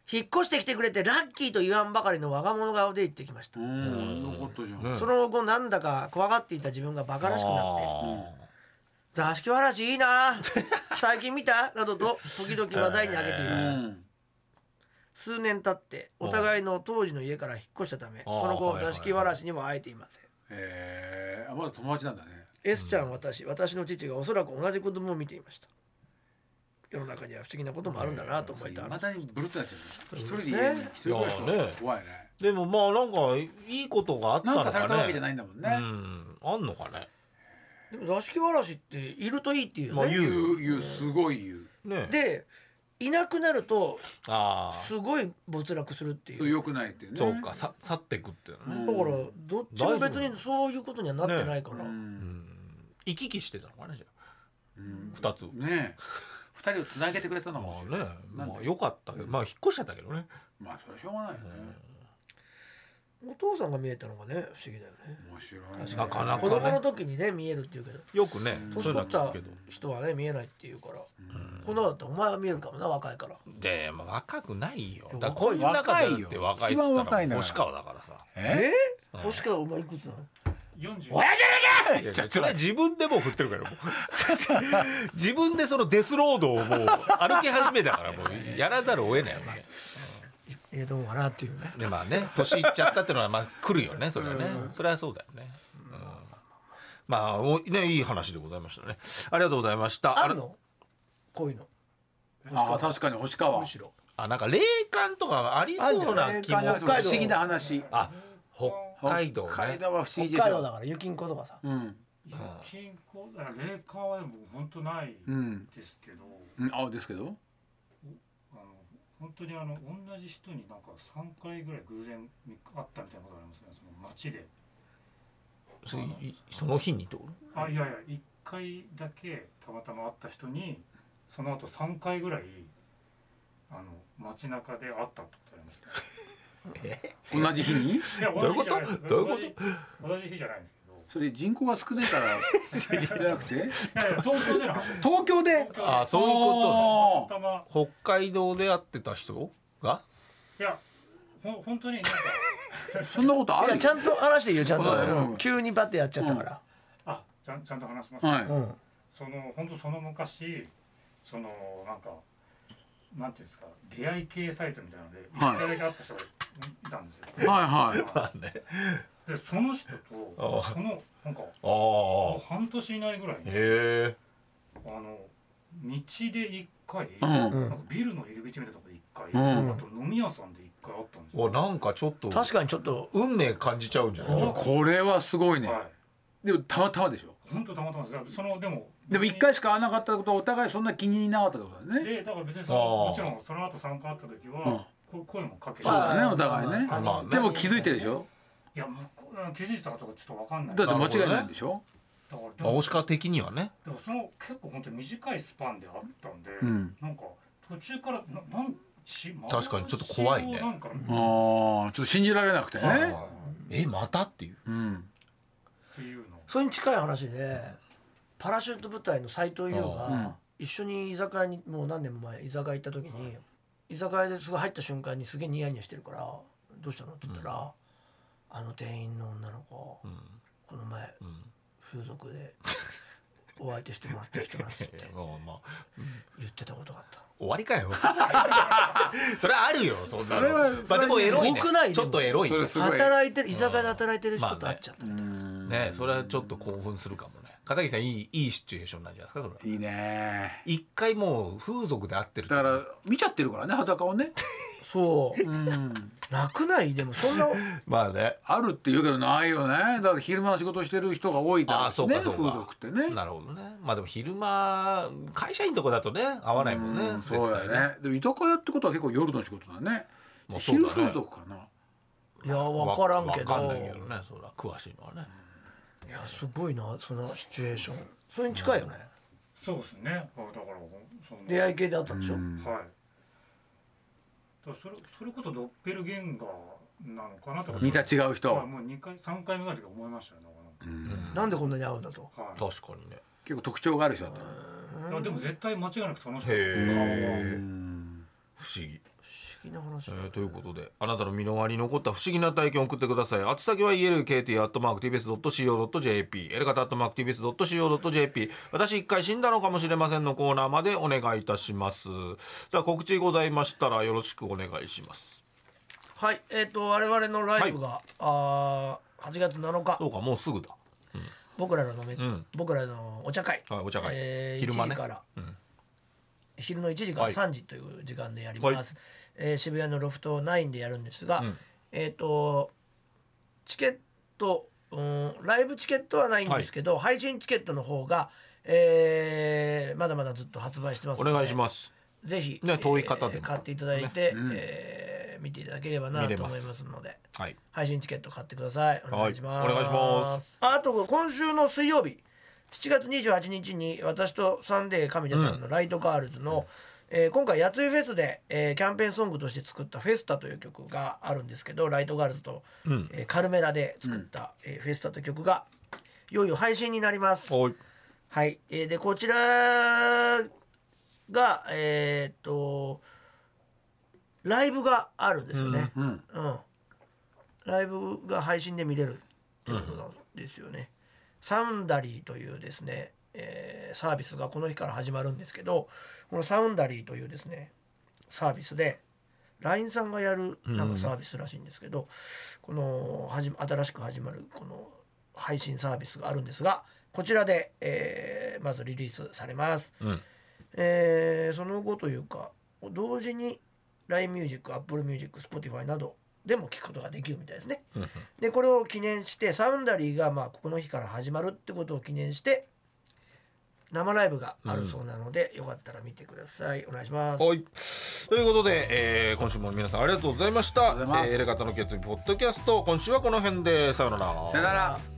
Speaker 3: 引っ越してきてくれてラッキーと言わんばかりの我が物顔で言ってきました、
Speaker 4: うんよかったじゃん
Speaker 5: ん
Speaker 3: その後なんだか怖がっていた自分がバカらしくなって
Speaker 5: あ
Speaker 3: 座敷わらしいいな最近見たなどと時々話題に挙げていました
Speaker 4: うん
Speaker 3: 数年経ってお互いの当時の家から引っ越したため
Speaker 5: あー
Speaker 3: その後
Speaker 5: はいはいは
Speaker 3: 座
Speaker 5: い
Speaker 3: 敷わらしにも会えていません
Speaker 4: ええあまだ友達なんだね
Speaker 3: S ちゃん私私の父がおそらく同じ子供を見ていました世の中には不思議なこともあるんだなと思え
Speaker 4: い
Speaker 3: た
Speaker 4: まだにブルッとなっちゃうね一人で家に
Speaker 3: ね
Speaker 4: 一人暮らしとか怖いね
Speaker 5: ーでもまあなんかいいことがあった
Speaker 4: な
Speaker 5: の
Speaker 4: んかされたわ
Speaker 5: か
Speaker 4: け
Speaker 5: ね
Speaker 4: じゃないんだもん
Speaker 5: う
Speaker 4: ね
Speaker 5: んあんのかね
Speaker 3: でも座敷わらしっているといいっていう
Speaker 5: まあ
Speaker 3: よね
Speaker 5: 言う
Speaker 4: 言う言うすごい言う
Speaker 5: ね
Speaker 3: でいなくなると
Speaker 5: ああ
Speaker 3: すごい没落するってい
Speaker 4: そう
Speaker 3: う
Speaker 4: 良くないってね
Speaker 5: そうかさ去ってくっていうのね
Speaker 3: だからどっちも別にそういうことにはなってないから、
Speaker 4: うん
Speaker 5: 行き来してたのかねじゃ
Speaker 4: うん
Speaker 5: あ2つ
Speaker 4: ねえ二人をつなげてくれたのか
Speaker 5: ま
Speaker 4: もし
Speaker 5: あ
Speaker 4: れな
Speaker 5: ね
Speaker 4: い
Speaker 5: ま
Speaker 4: なん
Speaker 5: あ
Speaker 4: で
Speaker 5: よかったけどまあ引っ越しちゃったけどね
Speaker 4: まあそれはしょうがないよね
Speaker 3: お父さんが見えたのがね不思議だよね
Speaker 4: 面白いね
Speaker 5: なかな
Speaker 3: 子
Speaker 5: か
Speaker 3: 供の
Speaker 5: ね
Speaker 3: 時にね見えるっていうけど
Speaker 5: よくね
Speaker 3: 年
Speaker 5: そう
Speaker 3: 取
Speaker 5: いうのは
Speaker 3: っ
Speaker 5: 聞
Speaker 3: た
Speaker 5: くけど
Speaker 3: 人はね見えないっていうからこんなだったらお前は見えるかもな若いから
Speaker 5: でまあ若くないよ
Speaker 3: いや
Speaker 5: だからこういう中でだって若
Speaker 4: 若いよ一
Speaker 5: いっつっ
Speaker 4: 番
Speaker 5: た
Speaker 4: 若いんだ
Speaker 5: ら
Speaker 4: から
Speaker 5: 星川だからさ
Speaker 4: え
Speaker 3: 星川お前いくつなの
Speaker 6: 四
Speaker 5: [LAUGHS]
Speaker 6: 十。
Speaker 5: いやいやそれは自分でもう振ってるから [LAUGHS] もう自分でそのデスロードをもう歩き始めたからもうやらざるを得ないよね
Speaker 3: ええと思うかなっていうね
Speaker 5: でまあね年いっちゃったってのはまあ来るよねそれはねそれはそうだよね、うんまあおねいい話でございましたねありがとうございました
Speaker 3: あるのこういうの
Speaker 4: ああ確かに星川
Speaker 3: むしろ
Speaker 5: あなんか霊感とかありそうな気も
Speaker 4: なん
Speaker 5: す
Speaker 4: か
Speaker 5: る
Speaker 4: 不思議な話
Speaker 5: あ北海道ね
Speaker 1: 北海道は不思議でし
Speaker 3: 北海道だ
Speaker 1: ょ
Speaker 3: から雪ん子とかさ
Speaker 4: うん
Speaker 6: 金庫だから霊感は僕本当ない
Speaker 4: うん
Speaker 6: ですけど、
Speaker 4: うんあですけど
Speaker 6: あの本当にあの同じ人になんか三回ぐらい偶然見会ったみたいなことありますね。その街で。
Speaker 5: そいその日にってこ
Speaker 6: あいやいや一回だけたまたま会った人にその後三回ぐらいあの街中で会ったってことあります、ね。
Speaker 4: 同じ日に [LAUGHS]
Speaker 6: い
Speaker 5: [LAUGHS]
Speaker 6: や
Speaker 5: どういうこと
Speaker 6: 同じ日じゃ
Speaker 5: どうい
Speaker 6: ないです
Speaker 5: うこと
Speaker 6: 同じ同じ日じゃないんです
Speaker 4: それ人口が少ないからじゃなくて
Speaker 6: け
Speaker 5: [LAUGHS]
Speaker 6: ど。いやいや東京での話です。
Speaker 4: 東京で
Speaker 6: 東京で
Speaker 5: あそういうことね
Speaker 4: あ
Speaker 6: たまたま
Speaker 5: と北海道で会ってた人が
Speaker 6: いやほん本当になんか
Speaker 4: ーそんなことあ
Speaker 3: い
Speaker 4: る
Speaker 3: や
Speaker 4: よ
Speaker 3: ちゃんと話して言うちゃん
Speaker 4: そうだよ
Speaker 3: と急にバッてやっちゃったから
Speaker 6: あちゃんちゃんと話します、
Speaker 4: はい
Speaker 3: うん
Speaker 6: その本当その昔そのなんかなんていうんですか出会い系サイトみたいなので
Speaker 4: はい
Speaker 6: 一回だけ会った人がいたんですよ。
Speaker 4: はいはい
Speaker 5: まあね
Speaker 6: でその人
Speaker 5: あ
Speaker 6: と
Speaker 5: あ
Speaker 6: そのなんか
Speaker 5: ああ
Speaker 6: 半年以内ぐらいに
Speaker 5: へえ
Speaker 6: あの道で一回、
Speaker 4: う
Speaker 6: なん
Speaker 4: ん
Speaker 6: かビルの入り口みたいなところで一回、
Speaker 4: うん
Speaker 6: あと飲み屋さんで一回あったんですよ。
Speaker 5: わなんかちょっと
Speaker 3: 確かにちょっと
Speaker 5: 運命感じちゃうんじゃない
Speaker 4: これはすごいね
Speaker 6: はい
Speaker 4: でもたまたまでしょ
Speaker 6: 本当たまたまです。そのでも
Speaker 4: でも一回しか会わなかったことはお互いそんな気になかったってことだね
Speaker 6: でだから別にそ
Speaker 5: あ
Speaker 6: の
Speaker 5: あ
Speaker 6: もちろんその後参加あった時は、こ声もかけて
Speaker 4: そうだね
Speaker 3: まあ
Speaker 4: お互いね
Speaker 3: まあ
Speaker 5: まあ
Speaker 4: でも気づいてるでしょ
Speaker 6: いや向こううん気づいてたかとかちょっとわかんない
Speaker 4: だ
Speaker 6: だ
Speaker 4: っ
Speaker 6: か
Speaker 4: て間違いないんでしょ
Speaker 6: らで
Speaker 5: まあ
Speaker 6: も
Speaker 5: 大鹿的にはね
Speaker 6: でもその結構本当に短いスパンであったんで、
Speaker 4: うん
Speaker 6: なんか途中からななんち
Speaker 5: 確かにちょっと怖いね
Speaker 6: 幻をなんか
Speaker 4: ああちょっと信じられなくて
Speaker 5: あ
Speaker 4: ね
Speaker 5: あえまたっていう
Speaker 4: うん
Speaker 6: っていうの
Speaker 3: それに近い話でパラシュート部隊の斎藤優
Speaker 4: うん
Speaker 3: が一緒に居酒屋にもう何年も前居酒屋行った時に居酒屋ですごい入った瞬間にすげえニヤニヤしてるから「どうしたの?」って言ったら「あの店員の女の子この前風俗でお相手してもらった人なんです
Speaker 5: [LAUGHS]
Speaker 3: って
Speaker 5: もうもう
Speaker 3: 言ってたことがあった
Speaker 5: 終わりかよ [LAUGHS] それはあるよそんな
Speaker 4: そ
Speaker 5: の
Speaker 4: れは
Speaker 5: まあでもエロいね
Speaker 3: すごくない
Speaker 5: ちょっとエロい
Speaker 4: それ
Speaker 5: ね
Speaker 4: すごい
Speaker 3: 働いてる居酒屋で働いてる人と会っちゃったみたいな、
Speaker 5: ねそれはちょっと興奮するかもね片桐さんいいいいシチュエーションなんじゃないですかそれはい
Speaker 4: いね
Speaker 5: 一回もう風俗で会ってる
Speaker 4: だから見ちゃってるからね裸をね
Speaker 3: そう
Speaker 4: うん
Speaker 3: なくないでもそ
Speaker 5: [LAUGHS]
Speaker 3: んな
Speaker 5: まあね
Speaker 4: あるって言うけどないよねだから昼間の仕事してる人が多いだ
Speaker 5: あ
Speaker 4: ろ
Speaker 5: あ
Speaker 4: うし
Speaker 5: そう
Speaker 4: ね
Speaker 5: かそ
Speaker 4: 風
Speaker 5: うか
Speaker 4: 俗ってね
Speaker 5: なるほどねまあでも昼間会社員とこだとね合わないもんね
Speaker 4: うん
Speaker 5: 絶対
Speaker 4: そうだよねでも居酒屋ってことは結構夜の仕事だね
Speaker 5: もうそうだ
Speaker 4: 昼
Speaker 5: ね
Speaker 4: 風俗かない
Speaker 3: や分からんけど
Speaker 5: わかんないけどねそら詳しいのはね
Speaker 3: いやすごいなそのシチュエーションそれに近いよね、
Speaker 6: そうですねあだからその
Speaker 3: 出会い系であったんでしょ、
Speaker 6: はい。だからそれそれこそドッペルゲンガーなのかなとか。
Speaker 4: 似た違う
Speaker 6: は
Speaker 4: 人
Speaker 6: いもう二回三回目ぐらいの時思いましたよね。こ
Speaker 3: なんでこんなに合うんだと
Speaker 6: のはい。
Speaker 5: 確かにね
Speaker 4: 結構特徴がある人だった
Speaker 6: いやでも絶対間違いなくその人の
Speaker 5: へ不思議
Speaker 3: 不思議な話
Speaker 5: えーということであなたの身の回りに起こった不思議な体験を送ってください宛先は elkt.tbs.co.jp エレカタ .tbs.co.jp 私一回死んだのかもしれませんのコーナーまでお願いいたしますさあ告知ございましたらよろしくお願いします
Speaker 3: はいえっ、と我々のライブが、あー8月7日
Speaker 5: そうかもうすぐだ
Speaker 3: 僕らの飲み、
Speaker 5: ん
Speaker 3: 僕らのお茶会、
Speaker 5: はいお茶会
Speaker 3: えー
Speaker 5: 昼間ね
Speaker 3: 1時から、昼の1時から
Speaker 5: はい
Speaker 3: 3時という時間でやります、えー渋谷のロフト9でやるんですが、
Speaker 5: ん
Speaker 3: えっ、とチケット、うん、ライブチケットはないんですけど、配信チケットの方が、えーまだまだずっと発売してます
Speaker 5: お
Speaker 3: ので
Speaker 5: 願いします
Speaker 3: ぜひ、
Speaker 5: ね遠い方で
Speaker 3: え
Speaker 5: も
Speaker 3: ー買っていただいて、えー見ていただければなと思いますので。
Speaker 5: はい
Speaker 3: 配信チケット買ってください。お願いします。
Speaker 5: はいお願いします
Speaker 3: あと今週の水曜日、7月28日に私とサンデー神田さんのライトガールズの、えー今回やついフェスで、えーキャンペーンソングとして作った「フェスタ」という曲があるんですけどライトガールズと、えーカルメラで作った「えーフェスタ」という曲がいよいよ配信になります。
Speaker 5: おい
Speaker 3: はい、えーでこちらがえーっとライブがあるんですよね。うん、ライブが配信で見れるっていうことなんですよね。サウンダリーというですね、えーサービスがこの日から始まるんですけど、このサウンダリーというですねサービスで LINE さんがやるなんかサービスらしいんですけど、この始ま新しく始まるこの配信サービスがあるんですがこちらで、えーまずリリースされます、
Speaker 5: ん
Speaker 3: えーその後というか同時に LINE ミュージック Apple ミュージック Spotify などでも聞くことができるみたいですね、でこれを記念してサウンダリーがまあここの日から始まるってことを記念して生ライブがあるそうなので、よかったら見てくださいお願いします
Speaker 5: はい。ということで、えー今週も皆さんありがとうございました。
Speaker 4: りがとうございます
Speaker 5: えーエレガタの決意ポッドキャスト、今週はこの辺で、さようなら。
Speaker 4: さよなら